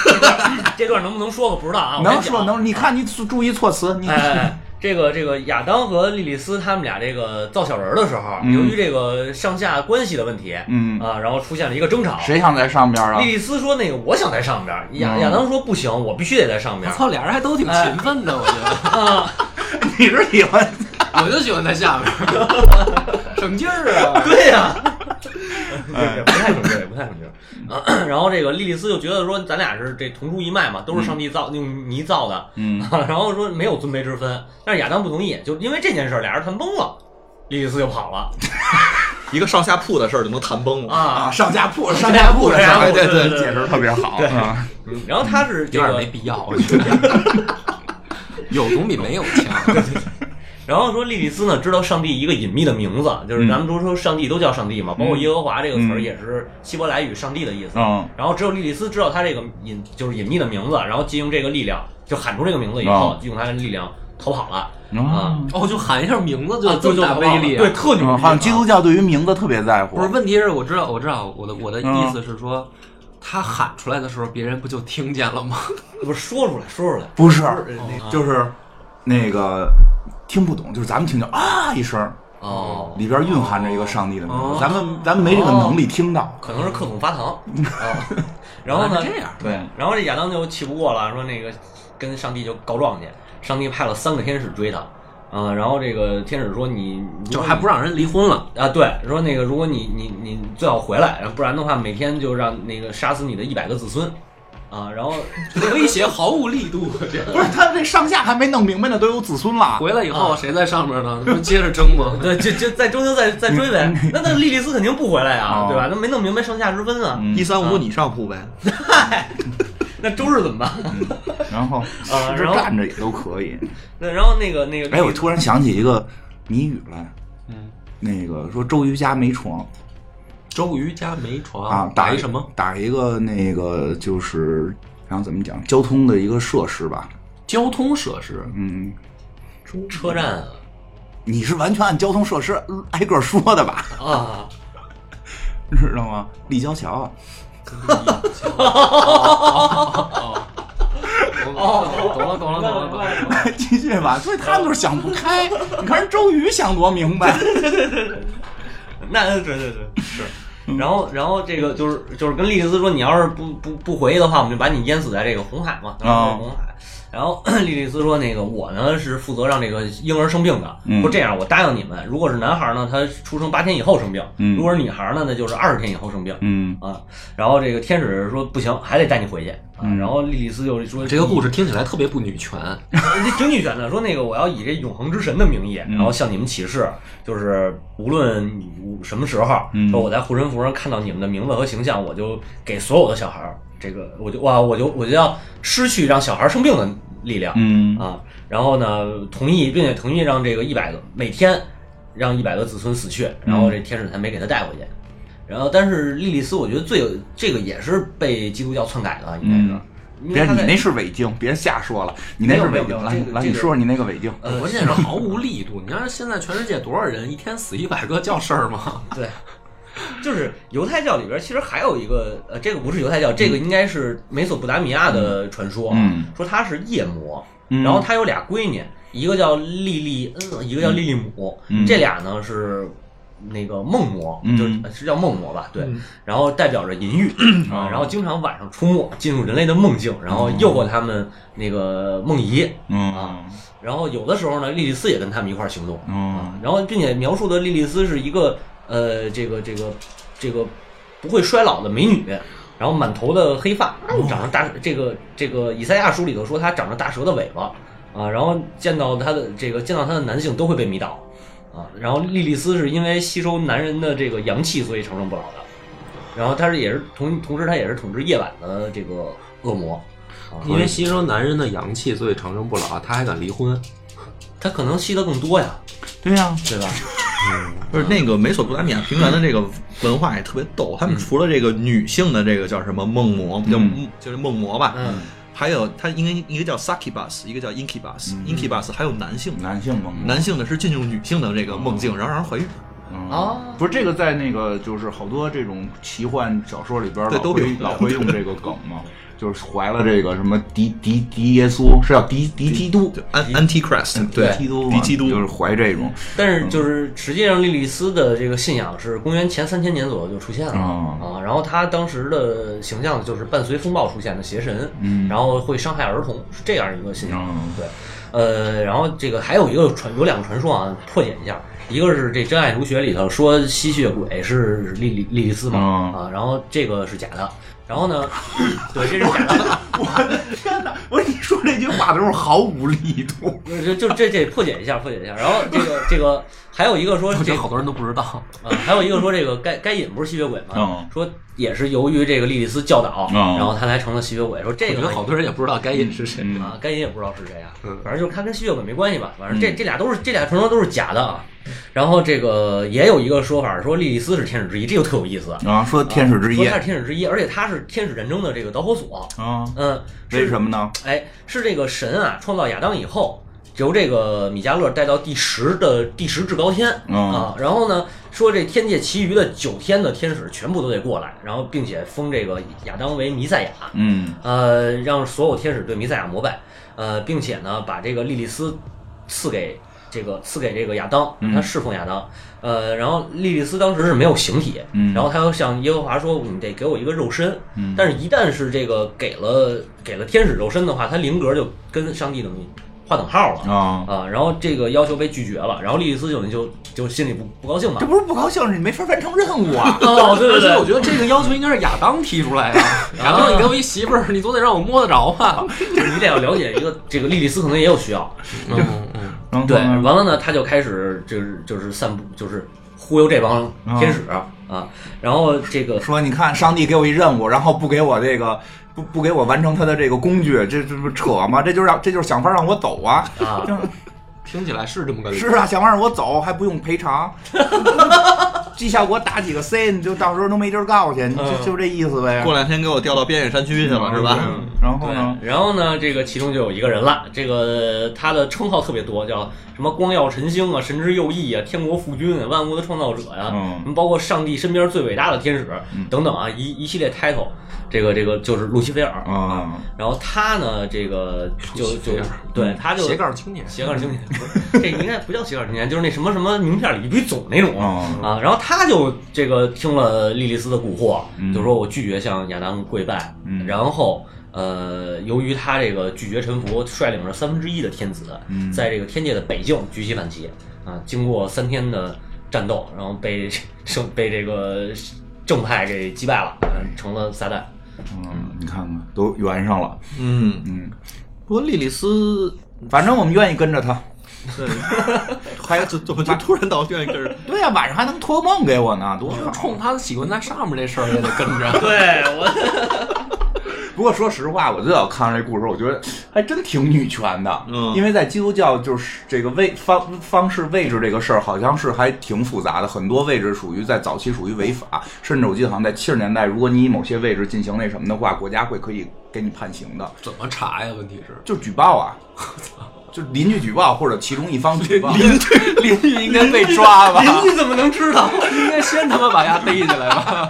Speaker 4: 这段这段能不能说我不知道啊，我先
Speaker 2: 能
Speaker 4: 讲
Speaker 2: 说能，你看你注意措辞，你
Speaker 4: 哎哎，哎这个这个亚当和莉莉丝他们俩这个造小人儿的时候，由于这个上下关系的问题，
Speaker 2: 嗯
Speaker 4: 啊，然后出现了一个争吵。
Speaker 2: 谁想在上边啊
Speaker 4: 莉？莉丝说：“那个我想在上边儿。”亚
Speaker 2: 嗯
Speaker 4: 亚当说：“不行，我必须得在上
Speaker 5: 我
Speaker 4: 边儿。
Speaker 5: 操，俩人还都挺勤奋的，我觉得。
Speaker 2: 你是喜欢
Speaker 5: 我就喜欢在下边儿，省劲儿啊。
Speaker 4: 对呀、 对，哎不太准确，不太准确。啊 然后这个莉莉丝就觉得说，咱俩是这同出一脉嘛，都是上帝造、用泥造的，
Speaker 2: 嗯，
Speaker 4: 然后说没有尊卑之分。但是亚当不同意，就因为这件事儿，俩人谈崩了，莉莉丝就跑了。
Speaker 3: 一个上下铺的事儿就能谈崩了。
Speaker 2: 啊，
Speaker 4: 啊。
Speaker 2: 上下铺，
Speaker 4: 上
Speaker 2: 上
Speaker 4: 下
Speaker 2: 下
Speaker 4: 铺
Speaker 2: 铺的
Speaker 4: 上
Speaker 2: 事儿，
Speaker 4: 下铺对对对
Speaker 2: 解释特别好。
Speaker 4: 对
Speaker 2: 啊
Speaker 4: 嗯然后他是这
Speaker 5: 有点没
Speaker 4: 个，
Speaker 5: 必要，我觉得 有总比没有 强。
Speaker 4: 然后说莉莉丝呢知道上帝一个隐秘的名字，就是
Speaker 2: 嗯
Speaker 4: 咱们都说上帝都叫上帝嘛，包括耶和华这个词儿
Speaker 2: 嗯
Speaker 4: 也是希伯来语上帝的意思。
Speaker 2: 嗯，
Speaker 4: 然后只有莉莉丝知道他这个隐就是隐秘的名字，然后借用这个力量，就喊出这个名字以后
Speaker 2: 啊，
Speaker 4: 用他的力量逃跑了。
Speaker 2: 啊，
Speaker 5: 哦，就喊一下名字
Speaker 4: 啊
Speaker 5: 就
Speaker 4: 就
Speaker 5: 就大威力啊，
Speaker 4: 对，特牛
Speaker 2: 嗯
Speaker 4: 逼。
Speaker 2: 好像基督教对于名字特别在乎。
Speaker 5: 不是，问题是我知道，我知道，我的我的
Speaker 2: 嗯
Speaker 5: 意思是说，他喊出来的时候，别人不就听见了吗？
Speaker 4: 不是说出来，说出来。
Speaker 2: 不是，就是那个听不懂，就是咱们听着啊一声，
Speaker 4: 哦，
Speaker 2: 里边蕴含着一个上帝的名
Speaker 5: 哦
Speaker 2: 字，咱们咱们没这个能力听到。
Speaker 4: 可能是克桶发 糖。啊，然后
Speaker 5: 原来
Speaker 4: 呢
Speaker 5: 是？这样，嗯
Speaker 2: 对，
Speaker 4: 然后这亚当就气不过了，说那个跟上帝就告状去。上帝派了三个天使追他。嗯，然后这个天使说你
Speaker 5: 就还不让人离婚了。
Speaker 4: 啊，对，说那个如果你你你最好回来，不然的话每天就让那个杀死你的一百个子孙。啊，然后
Speaker 5: 威胁毫无力度，
Speaker 2: 不是他这上下还没弄明白呢，都有子孙了。
Speaker 5: 回来以后谁在上面呢？不接着争吗？
Speaker 4: 对，就就再追就再再追呗。
Speaker 5: 嗯
Speaker 4: 那那莉莉丝肯定不回来啊，
Speaker 2: 哦
Speaker 4: 对吧？那没弄明白上下之分啊。
Speaker 2: 嗯
Speaker 3: 一三五你上铺呗，
Speaker 4: 那周日怎么办？
Speaker 5: 嗯
Speaker 2: 然后
Speaker 4: 啊
Speaker 2: 实
Speaker 4: 然
Speaker 2: 着
Speaker 4: 后
Speaker 2: 站着也都可以。
Speaker 4: 对，然后那个那个，
Speaker 2: 哎，我突然想起一个谜语来，
Speaker 5: 嗯，
Speaker 2: 那个说周瑜家没床
Speaker 5: 周瑜家没床
Speaker 2: 啊，
Speaker 5: 打
Speaker 2: 打
Speaker 5: 一什么？？
Speaker 2: 打一个那个就是，然后怎么讲，交通的一个设施吧。
Speaker 5: 交通设施，
Speaker 2: 嗯，
Speaker 4: 车站啊
Speaker 2: 你是完全按交通设施呃挨个说的吧？
Speaker 4: 啊啊，
Speaker 2: 知道吗？立交桥啊，
Speaker 5: 哦，懂了懂了懂了懂了。
Speaker 2: 继续吧。所以他们就是想不 开。你看人周瑜想多明白，
Speaker 4: 那对对对是。
Speaker 2: 嗯
Speaker 4: 然后，然后这个就是就是跟莉莉丝说，你要是不不不回的话，我们就把你淹死在这个红海嘛，当
Speaker 2: 哦
Speaker 4: 时是红海。然后 莉莉丝说，那个我呢是负责让这个婴儿生病的，
Speaker 2: 嗯
Speaker 4: 说这样我答应你们，如果是男孩呢，他出生八天以后生病；
Speaker 2: 嗯
Speaker 4: 如果是女孩呢，那就是二十天以后生病。
Speaker 2: 嗯，
Speaker 4: 啊，然后这个天使说不行，还得带你回去啊。
Speaker 2: 嗯
Speaker 4: 然后莉莉丝就 说
Speaker 5: 这个故事听起来特别不女权，
Speaker 4: 你挺女权的，说那个我要以这永恒之神的名义，
Speaker 2: 嗯
Speaker 4: 然后向你们起誓，就是无论什么时候，
Speaker 2: 嗯
Speaker 4: 说我在护身符上看到你们的名字和形象，我就给所有的小孩儿这个，我就哇，我就我就要失去让小孩儿生病的力量，
Speaker 2: 嗯
Speaker 4: 啊，然后呢，同意，并且同意让这个一百个每天让一百个子孙死去，然
Speaker 2: 嗯
Speaker 4: 后这天使才没给他带回去。然后，但是莉莉丝，我觉得最有这个也是被基督教篡改的，应该是。因为
Speaker 2: 别
Speaker 4: 他
Speaker 2: 你
Speaker 4: 在
Speaker 2: 那嗯是伪经，别瞎说了，你那是
Speaker 4: 没有
Speaker 2: 伪
Speaker 4: 没有
Speaker 2: 经。
Speaker 4: 这
Speaker 2: 来
Speaker 4: 个
Speaker 2: 来，
Speaker 4: 这
Speaker 2: 你
Speaker 4: 个
Speaker 2: 说说你那个伪经。
Speaker 4: 呃
Speaker 5: 关键是毫无力度。你看现在全世界多少人，一天死一百个叫事儿吗？
Speaker 4: 对，就是犹太教里边其实还有一个，呃，这个不是犹太教，这个应该是美索不达米亚的传说，啊
Speaker 2: 嗯
Speaker 4: 说他是夜魔，
Speaker 2: 嗯
Speaker 4: 然后他有俩闺女，一个叫莉莉恩，一个叫莉莉姆，
Speaker 2: 嗯
Speaker 4: 这俩呢是。那个梦魔，
Speaker 2: 嗯
Speaker 4: 就是呃是叫梦魔吧？对，然后代表着淫欲
Speaker 2: 嗯
Speaker 4: 啊，然后经常晚上出没，进入人类的梦境，然后诱惑他们那个梦遗，
Speaker 2: 嗯
Speaker 4: 然后有的时候呢，莉莉丝也跟他们一块儿行动。啊
Speaker 2: 嗯，
Speaker 4: 然后并且描述的莉莉丝是一个呃，这个这个这个不会衰老的美女，然后满头的黑发，
Speaker 5: 哎
Speaker 4: 长着大这个这个以赛亚书里头说她长着大蛇的尾巴啊，然后见到她的这个见到她的男性都会被迷倒啊，然后莉莉丝是因为吸收男人的这个阳气，所以长生不老的，然后她是也是同同时她也是统治夜晚的这个恶魔。啊
Speaker 5: 因为吸收男人的阳气，所以长生不老。他还敢离 婚，
Speaker 4: 她可能吸的更多呀，
Speaker 2: 对呀，
Speaker 4: 对吧？
Speaker 3: 不是那个美索不达米亚平原的这个文化也特别逗，他们除了这个女性的这个叫什么梦魔，叫
Speaker 2: 嗯
Speaker 3: 就是梦魔吧，
Speaker 4: 嗯，
Speaker 3: 还有它应该一个叫 succubus，一个叫 incubus，incubus 还有男性的，
Speaker 2: 男性梦
Speaker 3: 男性的是进入女性的这个梦境，然后让人怀孕。
Speaker 4: 哦
Speaker 2: 啊，不是这个在那个就是好多这种奇幻小说里边
Speaker 3: 对
Speaker 2: 老
Speaker 3: 都有
Speaker 2: 会 老会用这个梗嘛，就是怀了这个什么敌敌敌耶稣是叫敌敌基督，
Speaker 3: 就安 antichrist，对，
Speaker 2: 基督嘛
Speaker 3: 敌基督啊
Speaker 2: 就是怀这种
Speaker 4: 但是就是实际上，莉莉丝的这个信仰是公元前三千年左右就出现了、
Speaker 2: 哦
Speaker 4: 啊。然后她当时的形象就是伴随风暴出现的邪神，
Speaker 2: 嗯
Speaker 4: 然后会伤害儿童，是这样一个信仰。
Speaker 2: 嗯
Speaker 4: 对，呃，然后这个还有一个传有两个传说啊，破解一下。一个是这《真爱如雪》里头说吸血鬼是莉莉莉莉丝嘛、
Speaker 2: 嗯
Speaker 4: 啊，然后这个是假的。然后呢，对，这是假的。
Speaker 2: 我天哪！我说你说这句话的时候毫无力度。
Speaker 4: 就就这这破解一下，破解一下。然后这个这个还有一 个说
Speaker 5: 我觉
Speaker 4: 这
Speaker 5: 得好多人都不知道。
Speaker 4: 啊，还有一个说这个该该隐不是吸血鬼嘛，
Speaker 2: 嗯
Speaker 4: 说也是由于这个莉莉丝教导，
Speaker 2: 嗯
Speaker 4: 然后他才成了吸血鬼。说这
Speaker 5: 我觉
Speaker 4: 个
Speaker 5: 得好多人也不知道该隐是谁。
Speaker 2: 嗯
Speaker 4: 啊，该隐也不知道是谁啊，
Speaker 5: 嗯
Speaker 4: 反正就是他跟吸血鬼没关系吧。反正这
Speaker 2: 嗯
Speaker 4: 这俩都是这俩传说都是假的啊。然后这个也有一个说法说莉莉丝是天使之一，这就特有意思。
Speaker 2: 啊，说天使之
Speaker 4: 说
Speaker 2: 夜
Speaker 4: 她是天使之一，而且她是天使战争的这个导火索。
Speaker 2: 啊，
Speaker 4: 嗯，
Speaker 2: 为
Speaker 4: 么？
Speaker 2: 什么呢？
Speaker 4: 哎，是这个神啊，创造亚当以后，由这个米迦勒带到第十的第十至高天、
Speaker 2: 嗯
Speaker 4: 啊，然后呢，说这天界其余的九天的天使全部都得过来，然后并且封这个亚当为弥赛亚，
Speaker 2: 嗯
Speaker 4: 呃，让所有天使对弥赛亚膜拜，呃，并且呢，把这个莉莉丝赐给这个赐给这个亚当，让他侍奉亚当。呃，然后莉莉丝当时是没有形体，
Speaker 2: 嗯
Speaker 4: 然后他又向耶和华说：“你得给我一个肉身。”但是，一旦是这个给了给了天使肉身的话，他灵格就跟上帝等于划等号了。
Speaker 2: 啊，
Speaker 4: 啊，然后这个要求被拒绝了，然后莉莉丝就就就心里不不高兴嘛。
Speaker 2: 这。不是不高兴，是你没法完成任务啊
Speaker 4: 哦，对对
Speaker 5: 而且我
Speaker 4: 对，
Speaker 5: 觉得这个要求应该是亚当提出来的。亚当，你给我一媳妇儿，你总得让我摸得着啊吧？
Speaker 4: 你得要了解一个这个莉莉丝可能也有需要，
Speaker 5: 嗯嗯，
Speaker 2: 然后
Speaker 4: 对，
Speaker 2: 呢
Speaker 4: 完了呢，他就开始就是就是散布，就是忽悠这帮
Speaker 2: 嗯
Speaker 4: 天使啊然后 这个
Speaker 2: 说你看，上帝给我一任务，然后不给我这个，不不给我完成他的这个工具，这这不扯吗？这就是让这就是想法让我走啊！
Speaker 4: 啊，
Speaker 5: 听起来是这么个理
Speaker 2: 是
Speaker 5: 由。
Speaker 2: 啊，想法让我走还不用赔偿，绩效给我打几个 C，你就到时候都没地儿告去，你就就这意思呗。
Speaker 3: 过两天给我调到边远山区去了，是吧？
Speaker 2: 嗯？然后呢？
Speaker 4: 然后呢，这个其中就有一个人了，这个他的称号特别多，叫什么光耀晨星啊、神之右翼啊、天国父君啊、万物的创造者呀、
Speaker 2: 嗯
Speaker 4: 什么包括上帝身边最伟大的天使等等啊，一一系列 title，这个这个就是路西菲尔。
Speaker 2: 啊，
Speaker 4: 然后他呢，这个就
Speaker 5: 路西
Speaker 4: 就
Speaker 5: 菲尔
Speaker 2: 嗯
Speaker 4: 对他就
Speaker 5: 斜杠青年，
Speaker 4: 斜杠青年，不是这应该不叫斜杠青年，就是那什么什么名片里一堆总那种
Speaker 2: 哦
Speaker 4: 啊。然后他就这个听了莉莉丝的蛊惑，
Speaker 2: 嗯
Speaker 4: 就说我拒绝向亚当跪拜，
Speaker 2: 嗯
Speaker 4: 然后。呃，由于他这个拒绝臣服，率领着三分之一的天子，
Speaker 2: 嗯
Speaker 4: 在这个天界的北境举起反旗啊！经过三天的战斗，然后被 正被这个正派给击败了，呃成了撒旦。
Speaker 2: 嗯，你看看都圆上了。
Speaker 3: 嗯，
Speaker 2: 嗯，
Speaker 3: 不过莉莉丝，
Speaker 2: 反正我们愿意跟着他。
Speaker 3: 对，
Speaker 2: 还有
Speaker 3: 怎怎么就突然到愿意跟人？
Speaker 2: 对呀、晚上还能托梦给我呢，多好！
Speaker 5: 冲他喜欢在上面这事儿也得跟着。
Speaker 4: 对我，
Speaker 2: 不过说实话，我最早看这故事，我觉得还真挺女权的。
Speaker 3: 嗯
Speaker 2: 因为在基督教就是这个位方方式位置这个事儿，好像是还挺复杂的，很多位置属于在早期属于违法，甚至我记得好像在七十年代，如果你以某些位置进行那什么的话，国家会可以给你判刑的，
Speaker 5: 怎么查呀？问题是，
Speaker 2: 就举报啊。 就邻居举报，或者其中一方举 报，
Speaker 5: 邻居应该被抓吧？
Speaker 4: 你怎么能知 道？
Speaker 5: 应该先他妈把丫逮起来 吧？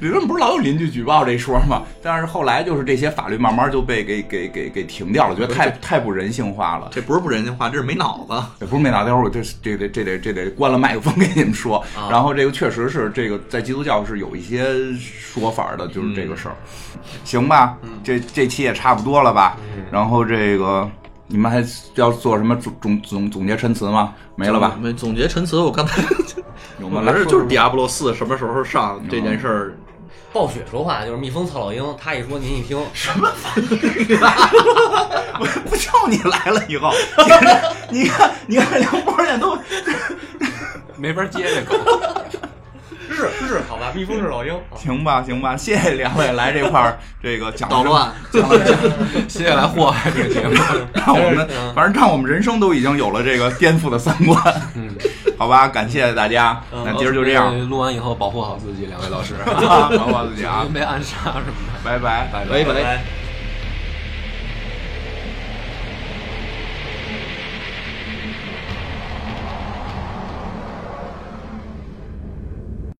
Speaker 2: 理论不是老有邻居举报这说吗？但是后来就是这些法律慢慢就被给给给给停掉了，觉得太太不人性化了。
Speaker 3: 这不是不人性化，这是没脑子。
Speaker 2: 也不是没打待会儿我这这得这得这得关了麦克风给你们说。然后这个确实是这个在基督教是有一些说法的，就是这个事儿，行吧？这这期也差不多了吧？然后这个你们还要做什么总总总总结陈词吗？没了 吧？
Speaker 3: 没总结陈词，我刚才
Speaker 2: 我
Speaker 3: 我
Speaker 2: 们
Speaker 3: 们
Speaker 2: 来
Speaker 3: 来
Speaker 2: 说
Speaker 3: 就是《Diablo 四》什么时候上这件事儿，
Speaker 4: 暴雪说话就是蜜蜂操老鹰，他一说您一听，
Speaker 2: 不叫你来了以后， 你看你看梁波现在都
Speaker 5: 没法接这狗。
Speaker 4: 是是，好吧，蜜蜂是 老鹰。
Speaker 2: 行吧行吧，谢谢两位来这块 儿这个讲
Speaker 3: 捣乱。
Speaker 2: 讲了讲
Speaker 5: 接下来祸害这个节 目，
Speaker 2: 让我们
Speaker 3: 嗯
Speaker 2: 反正让我们人生都已经有了这个颠覆的三观，
Speaker 3: 嗯
Speaker 2: 好吧，感谢大家，那今儿就这样，
Speaker 5: 嗯录完以后保护好自己，两位老师，
Speaker 2: 啊，保护好自己啊
Speaker 5: 别，被暗杀什么的。
Speaker 2: 拜拜，拜
Speaker 3: 拜拜。
Speaker 4: 拜。